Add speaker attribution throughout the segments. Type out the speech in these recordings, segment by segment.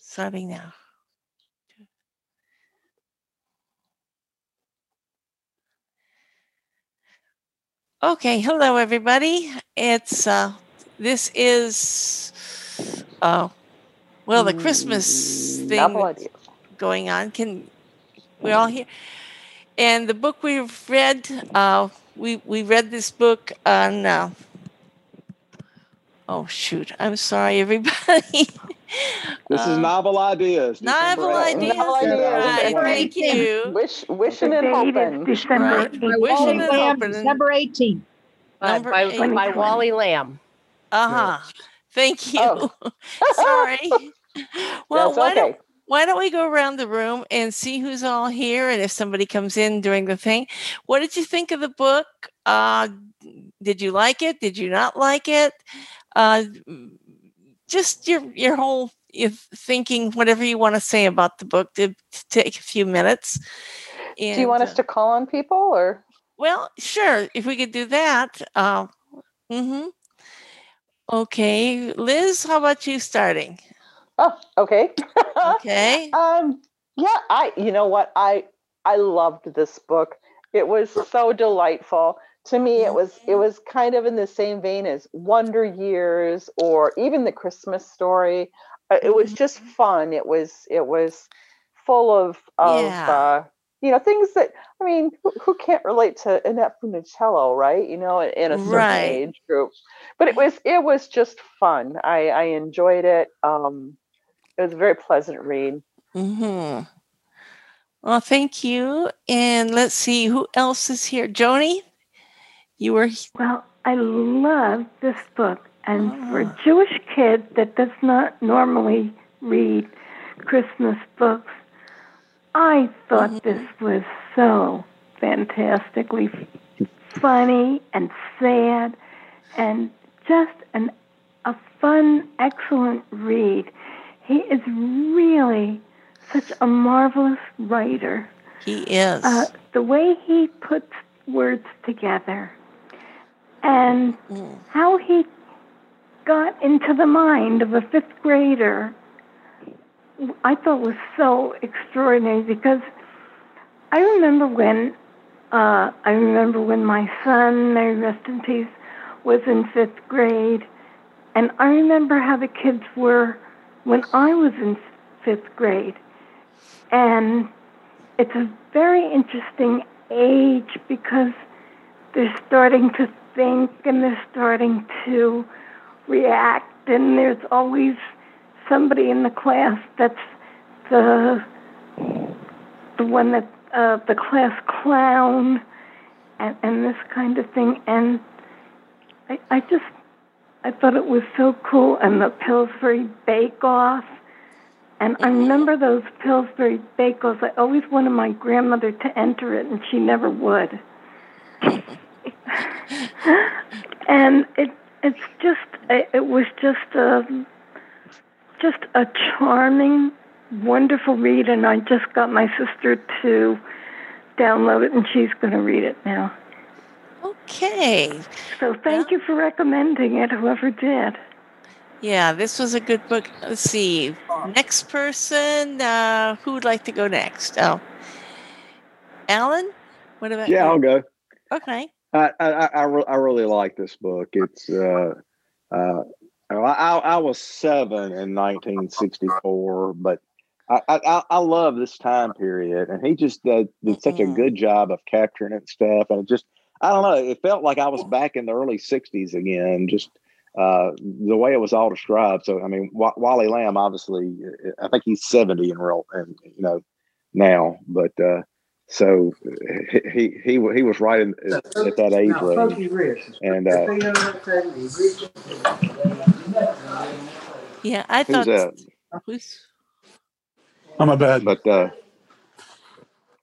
Speaker 1: starting now. Okay, hello everybody. It's uh this is uh well the Christmas thing
Speaker 2: Double idea.
Speaker 1: going on. Can we're all here? And the book we've read, uh, we we read this book on. Uh, oh shoot! I'm sorry, everybody.
Speaker 3: This
Speaker 1: Uh,
Speaker 3: is novel ideas.
Speaker 1: Novel
Speaker 3: December
Speaker 1: ideas.
Speaker 2: Novel
Speaker 3: eighth,
Speaker 2: ideas.
Speaker 3: 2001.
Speaker 1: Right, thank you.
Speaker 2: Wish, wishing and hoping.
Speaker 4: December.
Speaker 1: Right. Wishing and hoping.
Speaker 4: December 18th.
Speaker 1: Number
Speaker 5: by,
Speaker 1: eight.
Speaker 5: by my Wally Lamb.
Speaker 1: Uh huh. Thank you.
Speaker 2: Oh.
Speaker 1: sorry. Well,
Speaker 2: That's
Speaker 1: why don't
Speaker 2: okay.
Speaker 1: why don't we go around the room and see who's all here and if somebody comes in during the thing what did you think of the book uh, did you like it did you not like it uh, just your your whole if thinking whatever you want to say about the book to, to take a few minutes
Speaker 2: Do you want
Speaker 1: And,
Speaker 2: us to call on people or?
Speaker 1: well, sure. If we could do that. Uh, hmm Okay, Liz, how about you starting?
Speaker 2: Oh, okay.
Speaker 1: Okay.
Speaker 2: Um, yeah, I you know what? I I loved this book. It was so delightful. To me,
Speaker 1: Mm-hmm.
Speaker 2: it was it was kind of in the same vein as Wonder Years or even the Christmas story. Uh, It was just
Speaker 1: Mm-hmm.
Speaker 2: fun. It was it was full of of
Speaker 1: Yeah.
Speaker 2: uh, you know things that I mean, who, who can't relate to Annette Funicello, right? You know, in, in a certain
Speaker 1: Right.
Speaker 2: age group. But it was it was just fun. I I enjoyed it. Um, it was a very pleasant read.
Speaker 1: hmm Well, thank you. And let's see who else is here. Joni, you were he-
Speaker 4: Well, I love this book. And for
Speaker 1: Ah.
Speaker 4: a Jewish kid that does not normally read Christmas books, I thought
Speaker 1: Mhm.
Speaker 4: this was so fantastically funny and sad and just an, a fun, excellent read. He is really such a marvelous writer.
Speaker 1: he is.
Speaker 4: Uh, the way he puts words together and
Speaker 1: Mm.
Speaker 4: how he got into the mind of a fifth grader, I thought was so extraordinary because I remember when uh, I remember when my son, may he rest in peace, was in fifth grade, and I remember how the kids were when I was in fifth grade, and it's a very interesting age because they're starting to think and they're starting to react and there's always somebody in the class that's the the one that uh, the class clown and, and this kind of thing and I, I just I thought it was so cool and the Pillsbury Bake Off and I remember those Pillsbury Bake Offs. I always wanted my grandmother to enter it and she never would and it it's just it it was just a just a charming wonderful read and i just got my sister to download it and she's going to read it now
Speaker 1: Okay.
Speaker 4: so thank you for recommending it whoever did
Speaker 1: Yeah, this was a good book. Let's see. Next person, uh, who would like to go next? Oh, Alan? What about
Speaker 3: Yeah, I'll
Speaker 1: you?
Speaker 3: go.
Speaker 1: Okay.
Speaker 3: I I I, I re- I really like this book. It's uh uh I I, I was seven in 1964, but. I, I, I- I love this time period, and he just did, did such a
Speaker 1: Mhm.
Speaker 3: good job of capturing it and stuff. And it just, I don't know, it felt like I was back in the early '60s again. Just uh, the way it was all described. So, I mean, w- Wally Lamb, obviously, uh, I think he's 70 in real, and you know, now. But uh, so he he he wa- he was right in, at that age range. And uh,
Speaker 1: Yeah, I
Speaker 3: who's
Speaker 1: thought.
Speaker 3: that?
Speaker 1: who's-
Speaker 6: I'm a Oh, bad.
Speaker 3: But uh,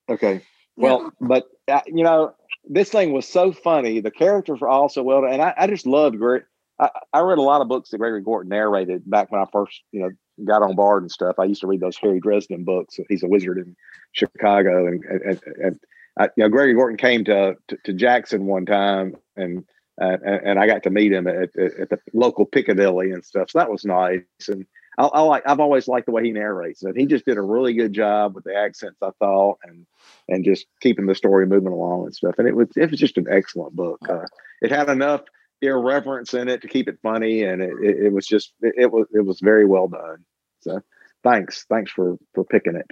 Speaker 3: okay, well, but uh, you know, this thing was so funny. The characters were all so well, and I, I just loved Gregory. I, I read a lot of books that Gregory Gorton narrated back when I first, you know, got on board and stuff. I used to read those Harry Dresden books. He's a wizard in Chicago, and and, and I, you know, Gregory Gorton came to to, to Jackson one time, and uh, and and I got to meet him at, at, at the local Piccadilly and stuff. So that was nice, and I, I like I've always liked the way he narrates it. He just did a really good job with the accents, I thought, and and just keeping the story moving along and stuff. And it was it was just an excellent book. Uh, it had enough irreverence in it to keep it funny, and it, it, it was just it, it was it was very well done. So thanks thanks for for picking it.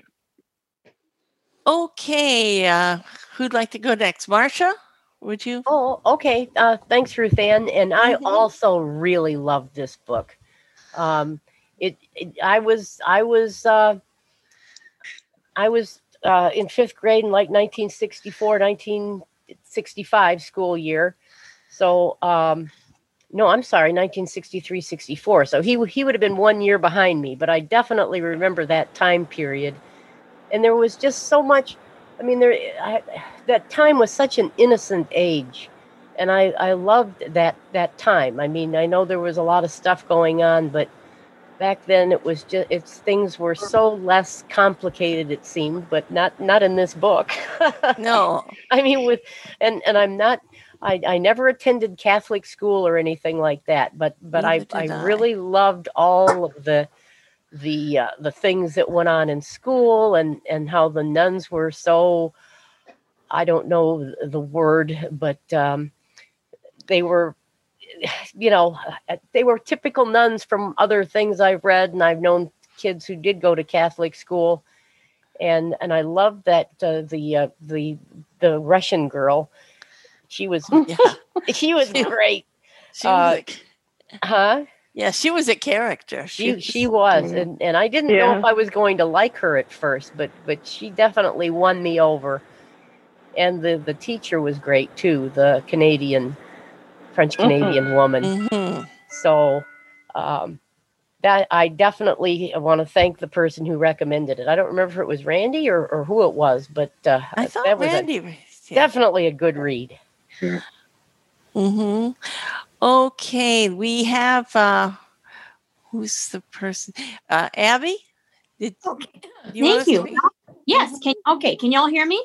Speaker 1: Okay, uh, who'd like to go next, Marcia? Would you?
Speaker 5: Oh, okay. Uh, thanks, Ruthann. And I
Speaker 1: Mhm.
Speaker 5: also really loved this book. Um, it, it, I was, I was, uh, I was uh, in fifth grade in like 1964, 1965 school year. So, um, no, I'm sorry, 1963, 64. So he he would have been one year behind me, but I definitely remember that time period. And there was just so much. I mean, there I, that time was such an innocent age and I, I loved that that time i mean i know there was a lot of stuff going on but back then it was just it's things were so less complicated it seemed but not not in this book
Speaker 1: No.
Speaker 5: i mean with and and i'm not i i never attended catholic school or anything like that but but i
Speaker 1: Neither
Speaker 5: i
Speaker 1: did I.
Speaker 5: really loved all of the the uh, the things that went on in school and and how the nuns were so I don't know th- the word, but um, they were, you know, uh, they were typical nuns from other things I've read, and I've known kids who did go to Catholic school, and and I love that uh, the uh, the the Russian girl, she was
Speaker 1: Yeah.
Speaker 5: she was
Speaker 1: She-
Speaker 5: great,
Speaker 1: She
Speaker 5: Uh,
Speaker 1: was a,
Speaker 5: huh?
Speaker 1: yeah, she was a character.
Speaker 5: She she was,
Speaker 3: Yeah.
Speaker 5: and, and I didn't know
Speaker 4: Yeah.
Speaker 5: if I was going to like her at first, but but she definitely won me over. And the the teacher was great too, the Canadian, French Canadian woman.
Speaker 1: Mhm.
Speaker 5: So um, that I definitely want to thank the person who recommended it. I don't remember if it was Randy or, or who it was, but uh,
Speaker 1: I thought
Speaker 5: that was a-
Speaker 1: Randy. was- yeah.
Speaker 5: definitely a good read.
Speaker 1: Mm-hmm. Okay, we have uh who's the person? Uh Abby? Did
Speaker 2: Oh.
Speaker 7: Okay.
Speaker 1: you
Speaker 7: Thank
Speaker 1: wanna
Speaker 7: you.
Speaker 1: speak?
Speaker 7: Yes. Can okay. Can y'all hear me?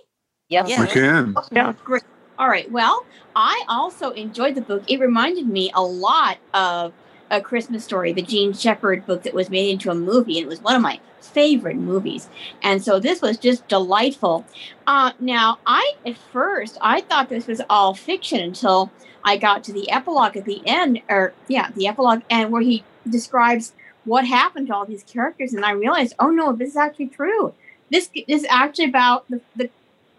Speaker 5: Yep.
Speaker 1: Yeah.
Speaker 6: We can.
Speaker 7: Great. All right. Well, I also enjoyed the book. It reminded me a lot of a Christmas story, the Gene Shepherd book that was made into a movie. and It was one of my favorite movies, and so this was just delightful. Uh, now, I at first I thought this was all fiction until I got to the epilogue at the end, or yeah, the epilogue, and where he describes what happened to all these characters, and I realized, oh no, this is actually true. This is actually about the, the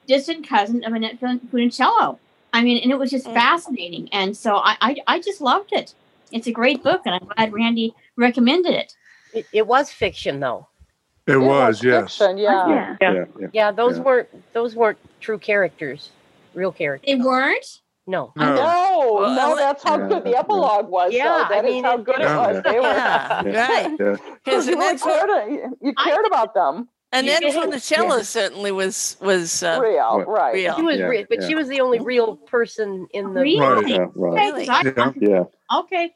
Speaker 7: distant cousin of Annette Fun- Funicello. I mean, and it was just
Speaker 1: Mm.
Speaker 7: fascinating. And so I, I, I just loved it. It's a great book, and I'm glad Randy recommended it.
Speaker 5: It, it was fiction though.
Speaker 6: It was, yes.
Speaker 2: Fiction, yeah.
Speaker 4: yeah.
Speaker 3: Yeah,
Speaker 4: Yeah.
Speaker 3: yeah.
Speaker 5: Yeah, those
Speaker 3: Yeah.
Speaker 5: weren't those weren't true characters, real characters.
Speaker 7: They weren't?
Speaker 5: No.
Speaker 6: No.
Speaker 2: No,
Speaker 1: Well,
Speaker 2: no,
Speaker 1: unle-
Speaker 2: that's how
Speaker 3: Yeah,
Speaker 2: good the
Speaker 3: that's-
Speaker 2: epilogue was.
Speaker 5: Yeah,
Speaker 2: though.
Speaker 5: I
Speaker 2: That is
Speaker 5: mean,
Speaker 2: how
Speaker 5: it-
Speaker 2: good it
Speaker 6: Yeah.
Speaker 2: was. They were,
Speaker 1: Yeah, right.
Speaker 3: Yeah.
Speaker 1: Because
Speaker 2: you really
Speaker 1: Annette's,
Speaker 2: cared, you
Speaker 7: I
Speaker 2: cared
Speaker 7: think-
Speaker 2: about them.
Speaker 1: Annette
Speaker 5: Yeah.
Speaker 1: Funicello certainly was was uh,
Speaker 2: Real,
Speaker 3: Well,
Speaker 2: right.
Speaker 1: real.
Speaker 5: She was,
Speaker 3: Yeah,
Speaker 5: re- but
Speaker 3: yeah.
Speaker 5: she was the only real person in the.
Speaker 7: Really?
Speaker 6: Right.
Speaker 7: Okay,
Speaker 3: Yeah, right.
Speaker 7: 'cause
Speaker 6: Yeah.
Speaker 7: I-
Speaker 3: Yeah.
Speaker 7: Okay.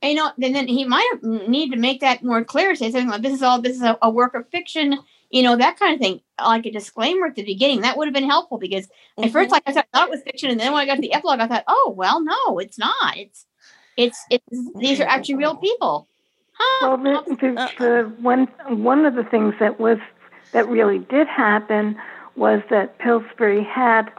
Speaker 7: And, you know, and then he might have need to make that more clear. Say something like, this is all, this is a, a work of fiction, you know, that kind of thing. Like a disclaimer at the beginning. That would have been helpful because at
Speaker 5: Mm-hmm.
Speaker 7: first, like I said, I thought it was fiction. And then when I got to the epilogue, I thought, oh, well, no, it's not. It's, it's, it's, these are actually real people. Huh.
Speaker 4: Well, the, the, the one one of the things that was that really did happen was that Pillsbury had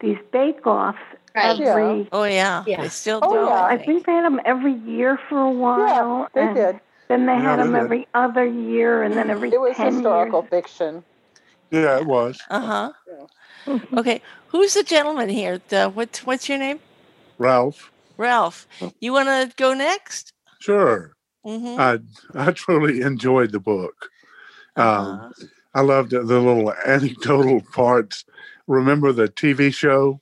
Speaker 4: these bake offs
Speaker 7: Right.
Speaker 4: every.
Speaker 1: oh yeah,
Speaker 5: Yeah.
Speaker 1: they still
Speaker 2: Oh,
Speaker 1: do.
Speaker 2: yeah.
Speaker 4: I think they had them every year for a while.
Speaker 2: They
Speaker 4: and
Speaker 2: did.
Speaker 4: Then they
Speaker 6: Yeah,
Speaker 4: had
Speaker 6: they
Speaker 4: them
Speaker 6: did.
Speaker 4: every other year, and then every
Speaker 2: It was
Speaker 4: 10
Speaker 2: historical
Speaker 4: years.
Speaker 2: fiction.
Speaker 6: Yeah, it was.
Speaker 1: Uh huh. Okay, who's the gentleman here? The, what what's your name?
Speaker 6: Ralph.
Speaker 1: Ralph. You want to go next?
Speaker 6: Sure.
Speaker 1: Mm-hmm.
Speaker 6: I I truly enjoyed the book. Um,
Speaker 1: Uh-huh.
Speaker 6: I loved the little anecdotal parts. Remember the TV show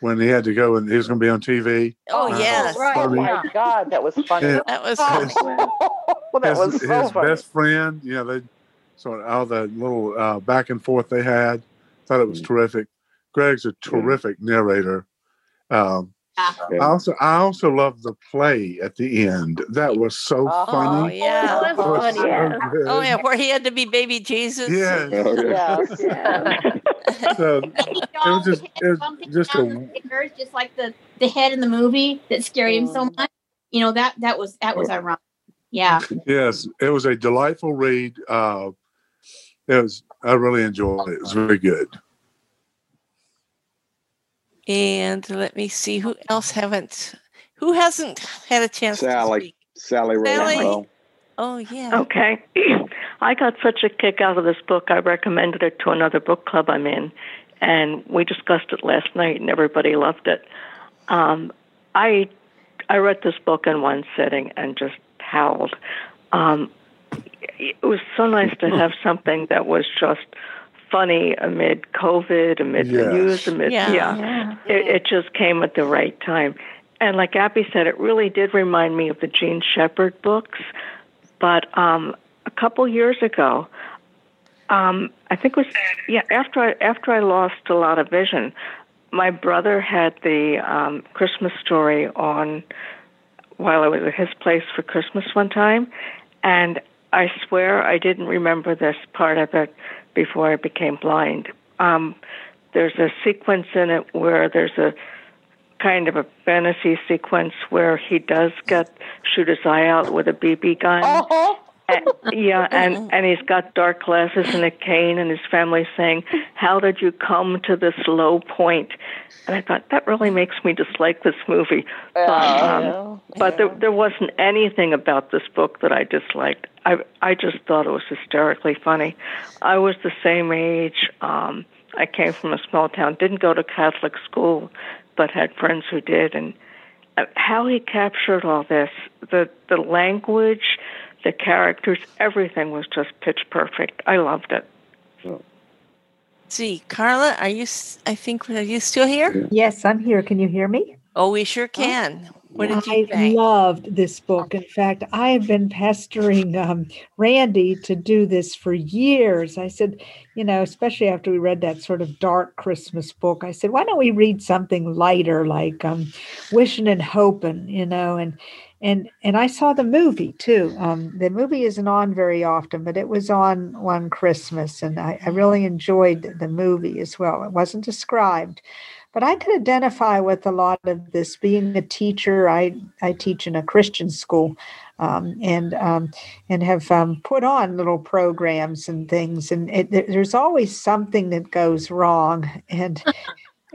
Speaker 6: when he had to go and he was going to be on TV?
Speaker 1: Oh
Speaker 6: uh,
Speaker 1: yes,
Speaker 5: right.
Speaker 2: Oh
Speaker 6: Funny.
Speaker 2: my God, that was funny.
Speaker 6: Yeah.
Speaker 1: that was
Speaker 2: Oh, that was
Speaker 6: his,
Speaker 2: so
Speaker 6: his
Speaker 2: funny.
Speaker 6: best friend. You know, they sort of all the little uh, back and forth they had. Thought it was
Speaker 3: Mm.
Speaker 6: terrific. Greg's a
Speaker 3: Yeah.
Speaker 6: terrific narrator. Um, I
Speaker 3: Yeah.
Speaker 6: also I also love the play at the end. That was so
Speaker 2: Uh-huh.
Speaker 1: Oh
Speaker 6: funny.
Speaker 1: yeah.
Speaker 5: It was funny.
Speaker 4: Yeah.
Speaker 6: good.
Speaker 1: Oh yeah, where he had to be baby Jesus.
Speaker 6: Yes.
Speaker 3: Okay.
Speaker 2: Yes.
Speaker 4: Yeah.
Speaker 6: So
Speaker 7: It
Speaker 6: was just- it was just a-
Speaker 7: Um, just like the the head in the movie that scared him so
Speaker 1: Oh.
Speaker 2: Mm.
Speaker 7: much. You know that that was that was ironic. Yeah.
Speaker 6: Yes, it was a delightful read. Uh, it was. I really enjoyed it. It was very good.
Speaker 1: And let me see who else haven't, who hasn't had a chance
Speaker 3: Sally.
Speaker 1: to speak.
Speaker 3: Sally
Speaker 1: Sally.
Speaker 3: Rosenthal.
Speaker 1: Oh yeah.
Speaker 8: Okay. I got such a kick out of this book, I recommended it to another book club I'm in, and we discussed it last night, and everybody loved it. Um, I I read this book in one sitting and just howled. Um, it was so nice to have something that was just funny amid COVID, amid the
Speaker 6: Yes.
Speaker 8: news, amid
Speaker 1: Yeah.
Speaker 8: yeah
Speaker 4: Yeah.
Speaker 8: it, it just came at the right time. And like Abby said, it really did remind me of the Gene Shepherd books. But um, a couple years ago, um, I think it was yeah after I, after I lost a lot of vision, my brother had the um, Christmas story on while I was at his place for Christmas one time, and I swear I didn't remember this part of it before I became blind. Um, there's a sequence in it where there's a kind of a fantasy sequence where he does get shoot his eye out with a BB gun.
Speaker 2: Uh-huh.
Speaker 8: And- yeah, and and he's got dark glasses and a cane, and his family's saying, "How did you come to this low point?" And I thought that really makes me dislike this movie. But um,
Speaker 2: Yeah.
Speaker 8: but there, there wasn't anything about this book that I disliked. I I just thought it was hysterically funny. I was the same age. Um, I came from a small town, didn't go to Catholic school, but had friends who did. And uh, how he captured all this, the the language, the characters, everything was just pitch perfect. I loved it.
Speaker 1: see, Carla, are you? s- I think are you still here?
Speaker 9: Yes, I'm here. Can you hear me?
Speaker 1: Oh, we sure can. What did you
Speaker 9: I
Speaker 1: think?
Speaker 9: loved this book. In fact, I have been pestering um, Randy to do this for years. I said, you know, especially after we read that sort of dark Christmas book, I said, why don't we read something lighter like um, Wishing and Hoping, you know, and and and I saw the movie too. Um, the movie isn't on very often, but it was on one Christmas, and I, I really enjoyed the movie as well. It wasn't described, but I could identify with a lot of this. Being a teacher, I I teach in a Christian school, um, and um, and have um, put on little programs and things, and it, there- there's always something that goes wrong, and.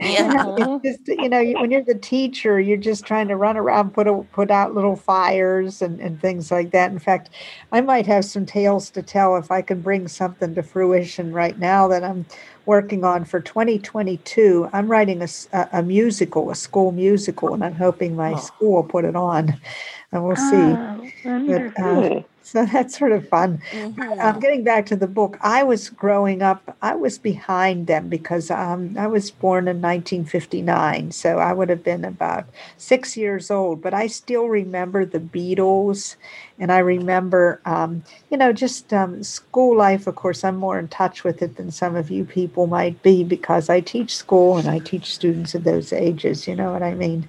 Speaker 1: Yeah.
Speaker 9: it's just that, you know you- when you're the teacher you're just trying to run around put a, put out little fires and, and things like that in fact i might have some tales to tell if i can bring something to fruition right now that i'm working on for 2022 i'm writing a, s- a- a musical a school musical and i'm hoping my
Speaker 1: Oh.
Speaker 9: school will put it on and we'll see
Speaker 4: Oh,
Speaker 9: but,
Speaker 4: wonderful.
Speaker 9: uh, so that's sort of fun
Speaker 1: Mhm.
Speaker 9: um, getting back to the book, I was growing up, I was behind them because um, I was born in 1959. So I would have been about six years old, but I still remember the Beatles. And I remember, um, you know, just um, school life. Of course, I'm more in touch with it than some of you people might be because I teach school and I teach students of those ages. You know what I mean?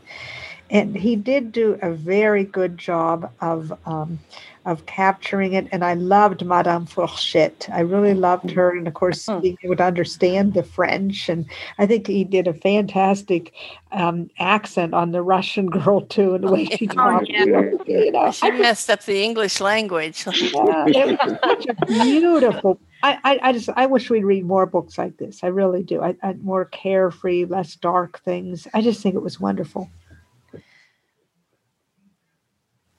Speaker 9: and he did do a very good job of um, of capturing it. And I loved Madame Fourchette. I really loved her, and of course,
Speaker 7: Hmm.
Speaker 9: being able to understand the French. And I think he did a fantastic um, accent on the Russian girl too, and the way she talked.
Speaker 7: Oh, yeah.
Speaker 9: You know,
Speaker 1: Oh, She messed up the English language.
Speaker 9: yeah, it was such a beautiful. I, I, I just I wish we'd read more books like this. I really do. I, I more carefree, less dark things. I just think it was wonderful.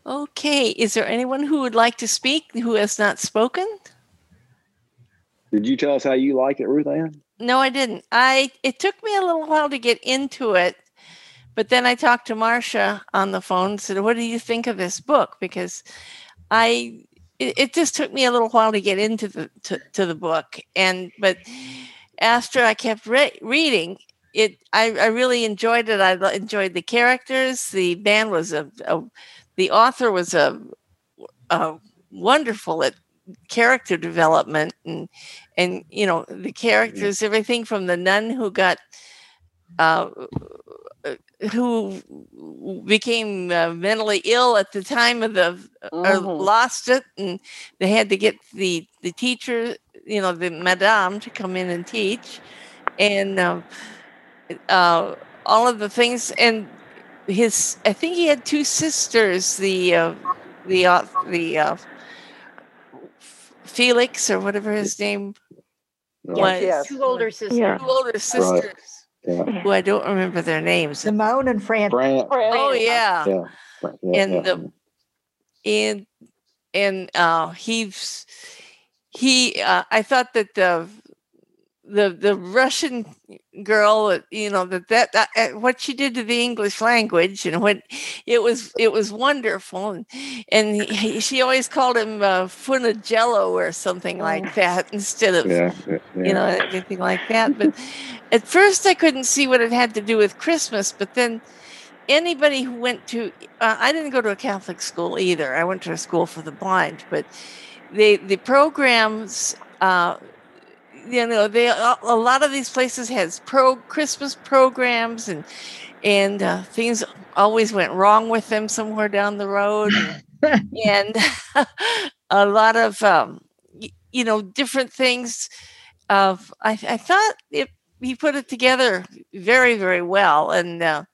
Speaker 1: Okay, is there anyone who would like to speak who has not spoken?
Speaker 3: Did you tell us how you liked it, Ruth Ann?
Speaker 1: No, I didn't. I it took me a little while to get into it, but then I talked to Marcia on the phone and said, "What do you think of this book?" Because I it, it just took me a little while to get into the to, to the book, and but after I kept re- reading it, I, I really enjoyed it. I lo- enjoyed the characters. The band was a, a the author was a, a wonderful at character development and and you know the characters everything from the nun who got uh who became uh, mentally ill at the time of the or
Speaker 2: Mhm.
Speaker 1: lost it and they had to get the the teacher you know the madame to come in and teach and um, uh, all of the things and his i think he had two sisters the uh, the uh, the uh, Felix or whatever his name
Speaker 3: Right.
Speaker 1: was.
Speaker 2: Yes.
Speaker 5: Two older sisters.
Speaker 8: Yeah.
Speaker 1: Two older sisters
Speaker 3: Yeah.
Speaker 1: who I don't remember their names.
Speaker 9: Simone and Fran.
Speaker 3: Brand.
Speaker 1: Oh yeah.
Speaker 3: Yeah. yeah,
Speaker 1: And
Speaker 3: yeah.
Speaker 1: the- and and uh he's he uh, i thought that the the the russian girl you know that that, that uh, what she did to the english language and what it was it was wonderful and, and he, he- she always called him uh, funicello or something like that instead of
Speaker 3: yeah, yeah,
Speaker 1: you know anything like that but at first i couldn't see what it had to do with christmas but then anybody who went to uh, i didn't go to a catholic school either i went to a school for the blind but they the programs uh, you know they a a lot of these places has pro christmas programs and and uh, things always went wrong with them somewhere down the road and a lot of um, y- you know different things of i, I thought it, he put it together very very well and uh,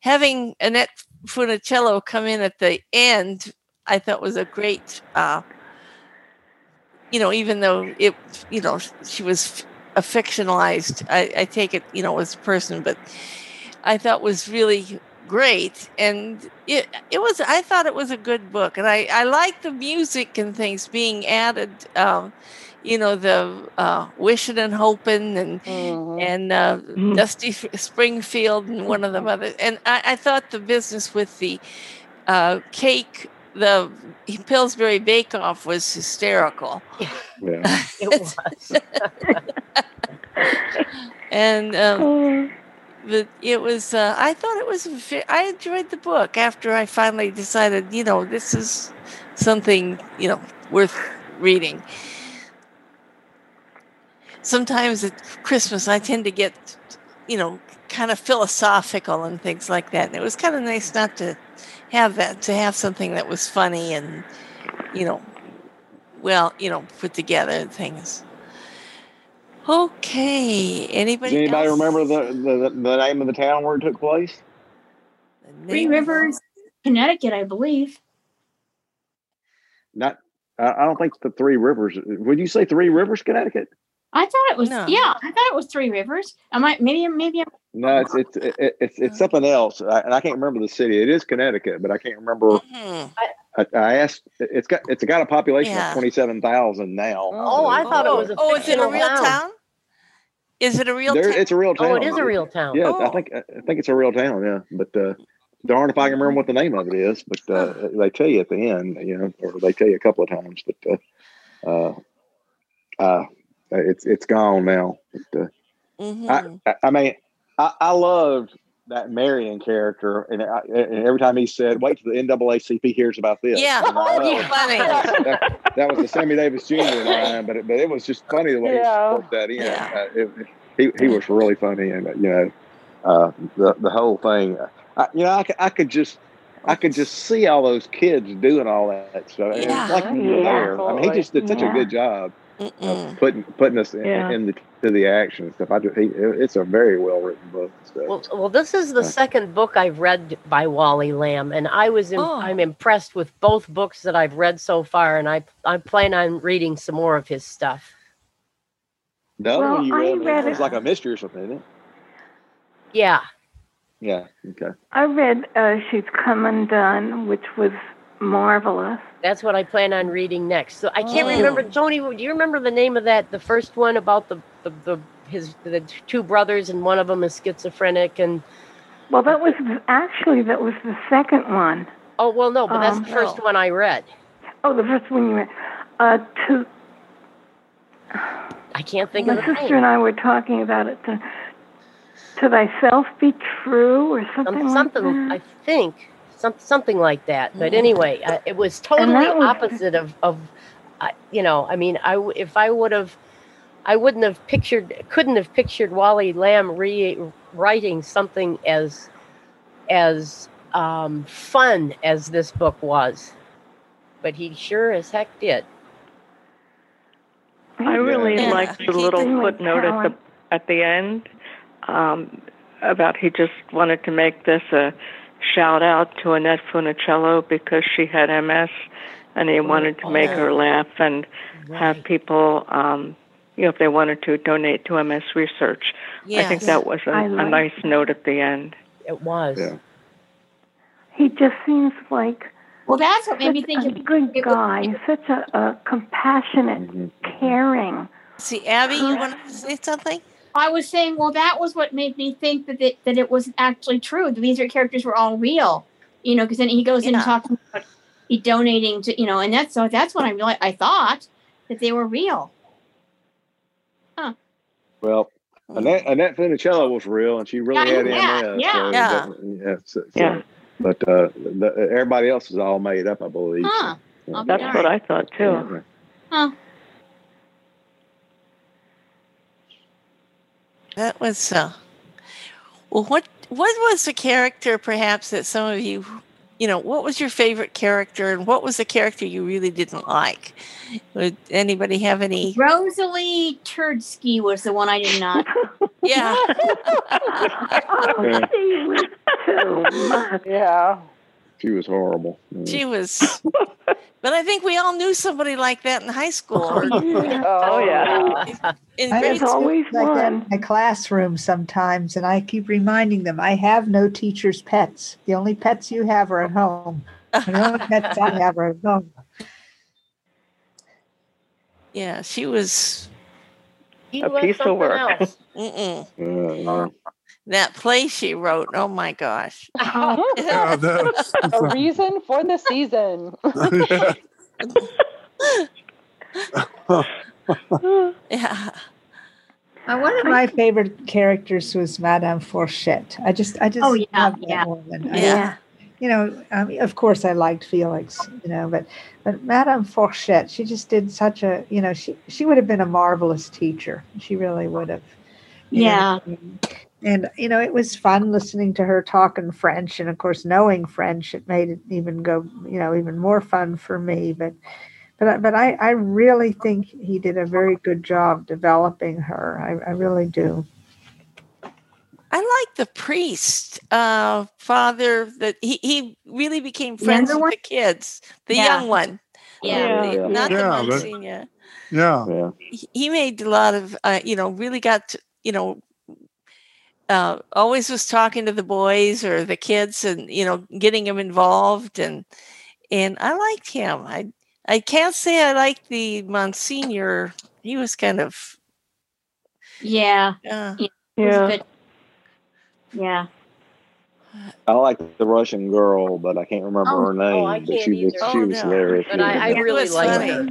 Speaker 1: having annette funicello come in at the end i thought was a great uh, you know even though it you know she was a fictionalized i, I take it you know as a person but i thought was really great and it it was i thought it was a good book and i i like the music and things being added um you know the uh wishing and hoping and
Speaker 2: Mhm.
Speaker 1: and uh,
Speaker 8: Mhm.
Speaker 1: Dusty F- Springfield and one of the other. And I, I thought the business with the uh, cake, the Pillsbury Bake Off, was hysterical.
Speaker 3: yeah.
Speaker 5: It was.
Speaker 1: and um,
Speaker 8: Oh,
Speaker 1: the, it was. Uh, I thought it was. ve- I enjoyed the book after I finally decided. You know, this is something you know worth reading. Sometimes at Christmas, I tend to get, you know, kind of philosophical and things like that. And it was kind of nice not to have that, to have something that was funny and, you know, well, you know, put together and things.
Speaker 3: Does
Speaker 1: Okay. Eh, Anybody?
Speaker 3: anybody
Speaker 1: else?
Speaker 3: remember the, the the name of the town where it took place?
Speaker 1: The
Speaker 7: Three
Speaker 1: name?
Speaker 7: Rivers, Connecticut, I believe.
Speaker 3: Not. I I don't think the Three Rivers. Would you say Three Rivers, Connecticut?
Speaker 7: I thought it was
Speaker 1: No.
Speaker 7: yeah. I thought it was Three Rivers. I might maybe maybe I'm
Speaker 3: No, it's it's it, it's, it's something else, I, and I can't remember the city. It is Connecticut, but I can't remember.
Speaker 1: Mhm.
Speaker 3: I, I asked. It's got it's got a population
Speaker 1: Yeah.
Speaker 3: of twenty seven thousand now.
Speaker 5: Oh, I thought it was a
Speaker 1: Oh, is it a
Speaker 5: fictional
Speaker 1: real
Speaker 5: town.
Speaker 1: town? Is it a real
Speaker 3: There,
Speaker 1: town?
Speaker 3: it's a real town.
Speaker 5: Oh, it is a real town.
Speaker 3: Yeah, I
Speaker 1: Oh.
Speaker 3: think I think it's a real town. Yeah, but uh, darn if I can remember what the name of it is. But uh, they tell you at the end, you know, or they tell you a couple of times. But uh, uh, uh, it's it's gone now. But, uh,
Speaker 5: Mm-hmm.
Speaker 1: Mhm.
Speaker 3: I, I mean, I, I loved that Marion character, and, I, and every time he said, "Wait till the NAACP hears about this,"
Speaker 1: Yeah.
Speaker 3: And
Speaker 5: Oh,
Speaker 3: I- that,
Speaker 1: Yeah. Funny.
Speaker 3: Was, that, that was the Sammy Davis Jr. line, but it, but it was just funny the way
Speaker 2: Yeah.
Speaker 3: he worked that in.
Speaker 1: Yeah.
Speaker 3: Uh, it, he he was really funny, and uh, you know, uh, the the whole thing. I, you know, I, c- I could just. I could just see all those kids doing all that stuff. And
Speaker 1: Yeah.
Speaker 3: it's like you were
Speaker 8: Yeah.
Speaker 3: there. I mean, he just did such a
Speaker 8: Yeah.
Speaker 3: good job
Speaker 1: Mm-mm.
Speaker 3: of putting putting us in,
Speaker 8: Yeah.
Speaker 3: in the to the action and stuff. I do, he, it's a very well written book. So.
Speaker 5: Well, well, this is the
Speaker 3: Right.
Speaker 5: second book I've read by Wally Lamb, and I was im-
Speaker 1: Oh.
Speaker 5: I'm impressed with both books that I've read so far, and I I plan on reading some more of his stuff.
Speaker 3: the other
Speaker 4: well,
Speaker 3: one you
Speaker 4: I
Speaker 3: read,
Speaker 4: read
Speaker 3: it was
Speaker 4: it-
Speaker 3: like a mystery or something, isn't it?
Speaker 5: Yeah,
Speaker 3: Yeah. Okay.
Speaker 4: I read uh, She's Come Undone, which was marvelous.
Speaker 5: that's what I plan on reading next. So I can't
Speaker 4: Oh.
Speaker 1: Mm.
Speaker 5: remember Tony. Do you remember the name of that? The first one about the the, the his the two brothers, and one of them is schizophrenic, and
Speaker 4: Well, that was actually that was the second one.
Speaker 5: oh well, no, but that's
Speaker 4: Um,
Speaker 5: the first
Speaker 1: no.
Speaker 5: one I read.
Speaker 4: Oh, the first one you read. Uh, to
Speaker 5: I can't think
Speaker 4: my
Speaker 5: of the
Speaker 4: sister and
Speaker 5: name.
Speaker 4: I were talking about it. To, to thyself be true, or
Speaker 5: Some-
Speaker 4: something,
Speaker 5: something
Speaker 4: like that.
Speaker 5: I think some, something like that. But
Speaker 1: Mm.
Speaker 5: anyway, uh, it was totally
Speaker 4: that was-
Speaker 5: opposite of of I you know. I mean, I w- if I would have, I wouldn't have pictured, couldn't have pictured Wally Lamb re- writing something as as um, fun as this book was. But he sure as heck did.
Speaker 8: I really
Speaker 1: Yeah.
Speaker 8: liked the
Speaker 1: He
Speaker 8: little
Speaker 4: didn't like
Speaker 8: footnote at the
Speaker 4: talent.
Speaker 8: at the end um, about he just wanted to make this a shout out to Annette Funicello because she had MS and he wanted to make her laugh and have people, um, you know, if they wanted to donate to MS research. I think
Speaker 1: Yes.
Speaker 8: that was a,
Speaker 4: I
Speaker 8: a
Speaker 4: like-
Speaker 8: nice note at the end.
Speaker 5: It was.
Speaker 3: Yeah.
Speaker 4: He just seems like
Speaker 7: Well, that's what made me
Speaker 4: such
Speaker 7: think
Speaker 4: a
Speaker 7: of
Speaker 4: good
Speaker 7: it was-
Speaker 4: guy, such a, a compassionate,
Speaker 3: Mhm.
Speaker 4: caring.
Speaker 1: See, Abby, you want to say something?
Speaker 7: I was saying, well, that was what made me think that it, that it was actually true. that These are characters were all real, you know. Because then he goes in
Speaker 1: Yeah.
Speaker 7: talking about he donating to, you know, and that's so that's when I realized I thought that they were real.
Speaker 3: Well, Annette, Annette Funicello was real, and she really
Speaker 7: Yeah, I
Speaker 3: had
Speaker 7: knew that.
Speaker 3: MS.
Speaker 7: Yeah.
Speaker 3: so
Speaker 1: Yeah.
Speaker 3: definitely- yeah, so- so-
Speaker 8: Yeah.
Speaker 3: But uh, the, everybody else is all made up, I believe.
Speaker 7: Huh? I'll be
Speaker 8: That's
Speaker 7: darned.
Speaker 8: what I thought
Speaker 3: Yeah.
Speaker 8: too.
Speaker 1: That was uh well what what was the character perhaps that some of you you know, what was your favorite character and what was the character you really didn't like? Would anybody have any
Speaker 7: Rosalie Turdsky was the one I did not.
Speaker 1: Yeah.
Speaker 4: Oh,
Speaker 3: Yeah.
Speaker 4: she was too much.
Speaker 2: Yeah.
Speaker 3: She was horrible. Yeah.
Speaker 5: Mm.
Speaker 1: she was but I think we all knew somebody like that in high school or
Speaker 4: Yeah.
Speaker 2: Oh, yeah.
Speaker 1: in
Speaker 9: I
Speaker 1: grade
Speaker 4: There's
Speaker 9: have
Speaker 1: school.
Speaker 4: always
Speaker 9: students like that in
Speaker 4: one.
Speaker 9: my classroom sometimes, and I keep reminding them I have no teacher's pets. The only pets you have are at home. The only pets I have are at home.
Speaker 1: Yeah, she was
Speaker 5: He
Speaker 8: A
Speaker 5: left
Speaker 8: piece of
Speaker 5: something
Speaker 8: work.
Speaker 5: else.
Speaker 1: mm-mm.
Speaker 3: Yeah.
Speaker 1: that play she wrote. Oh my gosh.
Speaker 6: Yeah,
Speaker 2: A
Speaker 6: that-
Speaker 2: reason for the season.
Speaker 1: yeah.
Speaker 7: I wonder.
Speaker 9: One of my favorite characters was Madame Fourchette. I just, I just
Speaker 7: Oh, yeah,
Speaker 9: love that
Speaker 7: yeah.
Speaker 9: woman. I-
Speaker 1: Yeah.
Speaker 9: you know, I mean, of course, I liked Felix, you know, but but Madame Fourchette, she just did such a, you know, she she would have been a marvelous teacher. She really would have. you
Speaker 7: Yeah.
Speaker 9: know. And you know, it was fun listening to her talk in French, and of course, knowing French, it made it even go, you know, even more fun for me. But but I- but I I really think he did a very good job developing her. I, I really do.
Speaker 1: I like the priest, uh, father that he, he really became friends
Speaker 7: Younger
Speaker 1: with
Speaker 7: one?
Speaker 1: the kids, the
Speaker 7: Yeah.
Speaker 1: young one, Um,
Speaker 7: Yeah.
Speaker 1: the-
Speaker 3: Yeah.
Speaker 1: not
Speaker 6: Yeah,
Speaker 1: the
Speaker 6: but-
Speaker 1: Monsignor.
Speaker 6: yeah.
Speaker 3: Yeah.
Speaker 1: He, he made a lot of, uh, you know, really got, to, you know, uh, always was talking to the boys or the kids and, you know, getting them involved. And, and I liked him. I, I can't say I liked the Monsignor. He was kind of,
Speaker 7: Yeah.
Speaker 1: uh,
Speaker 7: It was a
Speaker 8: Yeah.
Speaker 7: bit- yeah.
Speaker 3: I liked the Russian girl, but I can't remember
Speaker 7: Oh,
Speaker 3: her
Speaker 5: oh, I
Speaker 3: name. but she
Speaker 5: can't
Speaker 3: was
Speaker 5: either.
Speaker 3: she
Speaker 1: Oh,
Speaker 3: was
Speaker 1: no.
Speaker 3: hilarious.
Speaker 5: But
Speaker 3: She was
Speaker 5: I, I
Speaker 3: a-
Speaker 1: It
Speaker 5: really
Speaker 1: was
Speaker 5: liked
Speaker 1: funny.
Speaker 5: her.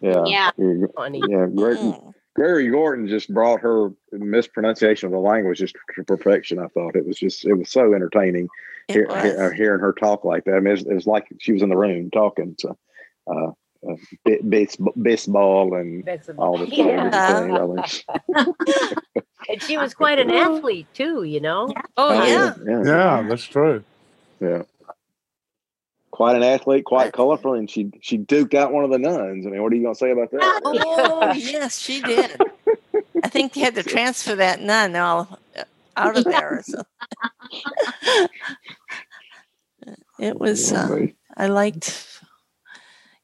Speaker 3: yeah.
Speaker 7: Yeah.
Speaker 3: You're-
Speaker 5: Funny.
Speaker 3: Yeah, Gregory,
Speaker 1: Mm.
Speaker 3: Gregory Gordon just brought her mispronunciation of the language just to perfection. I thought it was just it was so entertaining hear,
Speaker 1: It
Speaker 3: hear,
Speaker 1: was.
Speaker 3: hearing her talk like that. I mean, it's, it's like she was in the room talking to uh, uh, ba- base, baseball and
Speaker 5: That's a,
Speaker 3: all the all the
Speaker 4: Yeah.
Speaker 3: different things. I mean,
Speaker 5: and she was quite an athlete too, you know.
Speaker 1: Oh,
Speaker 3: oh
Speaker 1: yeah.
Speaker 3: yeah, yeah,
Speaker 6: Yeah, that's true.
Speaker 3: yeah. Quite an athlete, quite
Speaker 1: But-
Speaker 3: colorful, and she she duked out one of the nuns. I mean, what are you going to say about that?
Speaker 1: Oh yes, she did. I think they had to transfer that nun all uh, out of there. Or something. it was. Uh, I liked.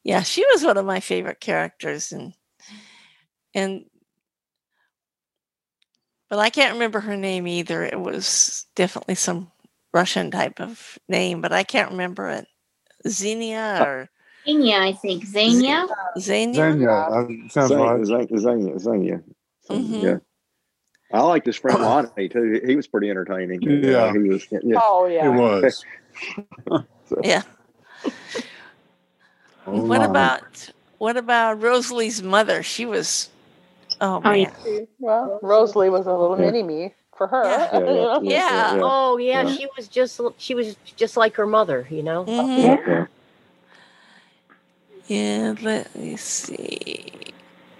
Speaker 1: Yeah, she was one of my favorite characters, and and but I can't remember her name either. It was definitely some Russian type of name, but I can't remember it. Xenia or
Speaker 7: Xenia, I think. Xenia.
Speaker 1: Xenia?
Speaker 6: Xenia, that sounds
Speaker 3: Zang,
Speaker 6: right.
Speaker 3: Zang, Zang, Zang,
Speaker 2: Mm-hmm.
Speaker 1: Mhm.
Speaker 3: Yeah. I liked his friend Lonnie too. He was pretty entertaining. You know,
Speaker 6: Yeah.
Speaker 3: he was. Yeah.
Speaker 2: Oh,
Speaker 6: It
Speaker 2: yeah.
Speaker 6: was.
Speaker 1: Yeah.
Speaker 6: Oh,
Speaker 1: what
Speaker 6: my.
Speaker 1: about what about Rosalie's mother? She was. Oh
Speaker 7: Oh, yeah.
Speaker 1: man.
Speaker 2: Well, Rosalie was a little mini me for her.
Speaker 1: Yeah.
Speaker 3: Yeah, yeah,
Speaker 2: you know?
Speaker 1: Yeah.
Speaker 3: yeah,
Speaker 5: Oh yeah,
Speaker 3: Yeah.
Speaker 5: she was just she was just like her mother, you know.
Speaker 1: Mhm.
Speaker 3: yeah,
Speaker 4: Yeah.
Speaker 3: yeah.
Speaker 1: Yeah, let me see.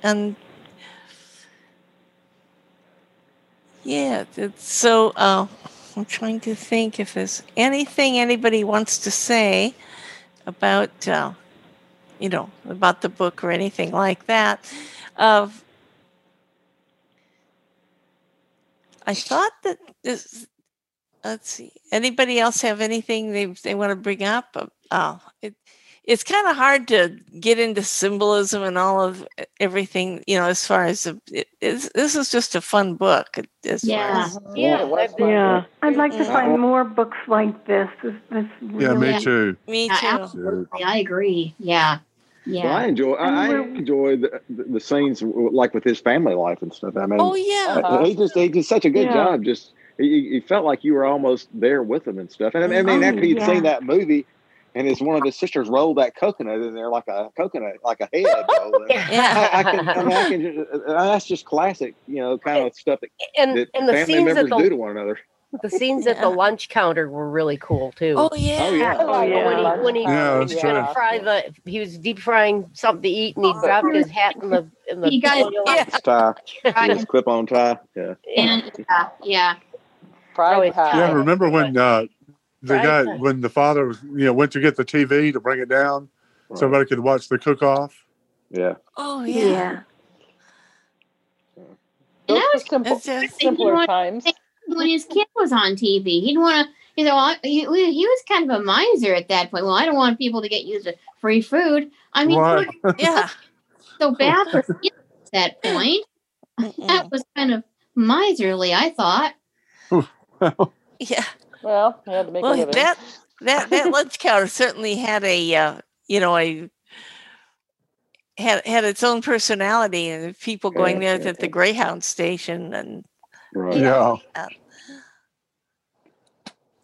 Speaker 1: And yeah, that's so uh, I'm trying to think if there's anything anybody wants to say about, uh, you know, about the book or anything like that. Of I thought that this, let's see. Anybody else have anything they they want to bring up? Uh, Oh, it it's kind of hard to get into symbolism and all of everything. You know, as far as the, it, it's, this is just a fun book. As far
Speaker 7: Yeah.
Speaker 1: as-
Speaker 5: Yeah,
Speaker 2: it was
Speaker 5: I've
Speaker 2: fun.
Speaker 5: been-
Speaker 8: Yeah.
Speaker 4: I'd like to
Speaker 1: Mhm.
Speaker 4: find more books like this. This, this
Speaker 6: Yeah,
Speaker 4: really-
Speaker 6: me too.
Speaker 1: me
Speaker 7: Yeah,
Speaker 1: too.
Speaker 7: absolutely. I agree. Yeah. Yeah.
Speaker 3: Well, I enjoy. I, I
Speaker 4: And we're-
Speaker 3: enjoy the, the, the scenes like with his family life and stuff. I mean, uh,
Speaker 1: Oh yeah.
Speaker 2: Uh-huh.
Speaker 3: he just he did such a good
Speaker 8: Yeah.
Speaker 3: job. Just he, he felt like you were almost there with him and stuff. And I mean, I mean,
Speaker 4: Oh,
Speaker 3: after you'd seen
Speaker 4: yeah.
Speaker 3: that movie, and his one of his sisters rolled that coconut in there like a coconut, like a head. roll.
Speaker 1: Yeah.
Speaker 3: I, I can. I mean, I can. ju- uh, That's just classic, you know, kind of stuff that,
Speaker 5: and
Speaker 3: that
Speaker 5: and the
Speaker 3: family
Speaker 5: scenes at
Speaker 3: members do
Speaker 5: the
Speaker 3: to one another.
Speaker 5: the scenes at
Speaker 1: Yeah.
Speaker 5: the lunch counter were really cool too.
Speaker 1: Oh yeah.
Speaker 3: Oh yeah.
Speaker 8: Oh,
Speaker 2: I like
Speaker 8: yeah.
Speaker 2: the
Speaker 5: When he-
Speaker 2: lunch
Speaker 5: when he-
Speaker 6: Yeah,
Speaker 2: hour,
Speaker 5: He
Speaker 6: that's
Speaker 5: was
Speaker 2: yeah.
Speaker 5: gonna fry the. He was deep frying something to eat, and he
Speaker 7: Oh,
Speaker 5: dropped his
Speaker 7: yeah.
Speaker 5: hat in the in the.
Speaker 7: He got his
Speaker 5: colonial-
Speaker 1: Yeah.
Speaker 3: His tie,
Speaker 7: Right.
Speaker 3: his clip-on tie. Yeah.
Speaker 7: And
Speaker 1: uh,
Speaker 7: yeah, yeah.
Speaker 5: Oh,
Speaker 2: Fried
Speaker 5: it's
Speaker 2: pie.
Speaker 5: time.
Speaker 6: Yeah, remember when uh, the
Speaker 5: Right.
Speaker 6: guy when the father was you know went to get the TV to bring it down
Speaker 3: Right.
Speaker 6: so everybody could watch the cook off.
Speaker 3: Yeah.
Speaker 1: Oh
Speaker 4: Yeah.
Speaker 1: yeah.
Speaker 7: And
Speaker 2: Those
Speaker 7: I
Speaker 2: were
Speaker 7: was
Speaker 2: simple,
Speaker 1: It's just
Speaker 7: thinking
Speaker 2: simpler
Speaker 7: what-
Speaker 2: times.
Speaker 7: when his kid was on TV. He didn't want to. He said, "Well, he, he was kind of a miser at that point. Well, I don't want people to get used to free food. I mean,
Speaker 6: Right.
Speaker 7: poor-
Speaker 1: yeah.
Speaker 7: so bad for him at that point.
Speaker 1: Mm-mm.
Speaker 7: That was kind of miserly, I thought.
Speaker 1: Yeah.
Speaker 2: Well, you had to make a
Speaker 1: Well,
Speaker 2: living.
Speaker 1: that that that lunch counter certainly had a uh, you know a had had its own personality and people going
Speaker 3: Yeah,
Speaker 1: there
Speaker 3: yeah,
Speaker 1: at the Greyhound station and Uh,
Speaker 3: Right.
Speaker 1: you know,
Speaker 6: Yeah.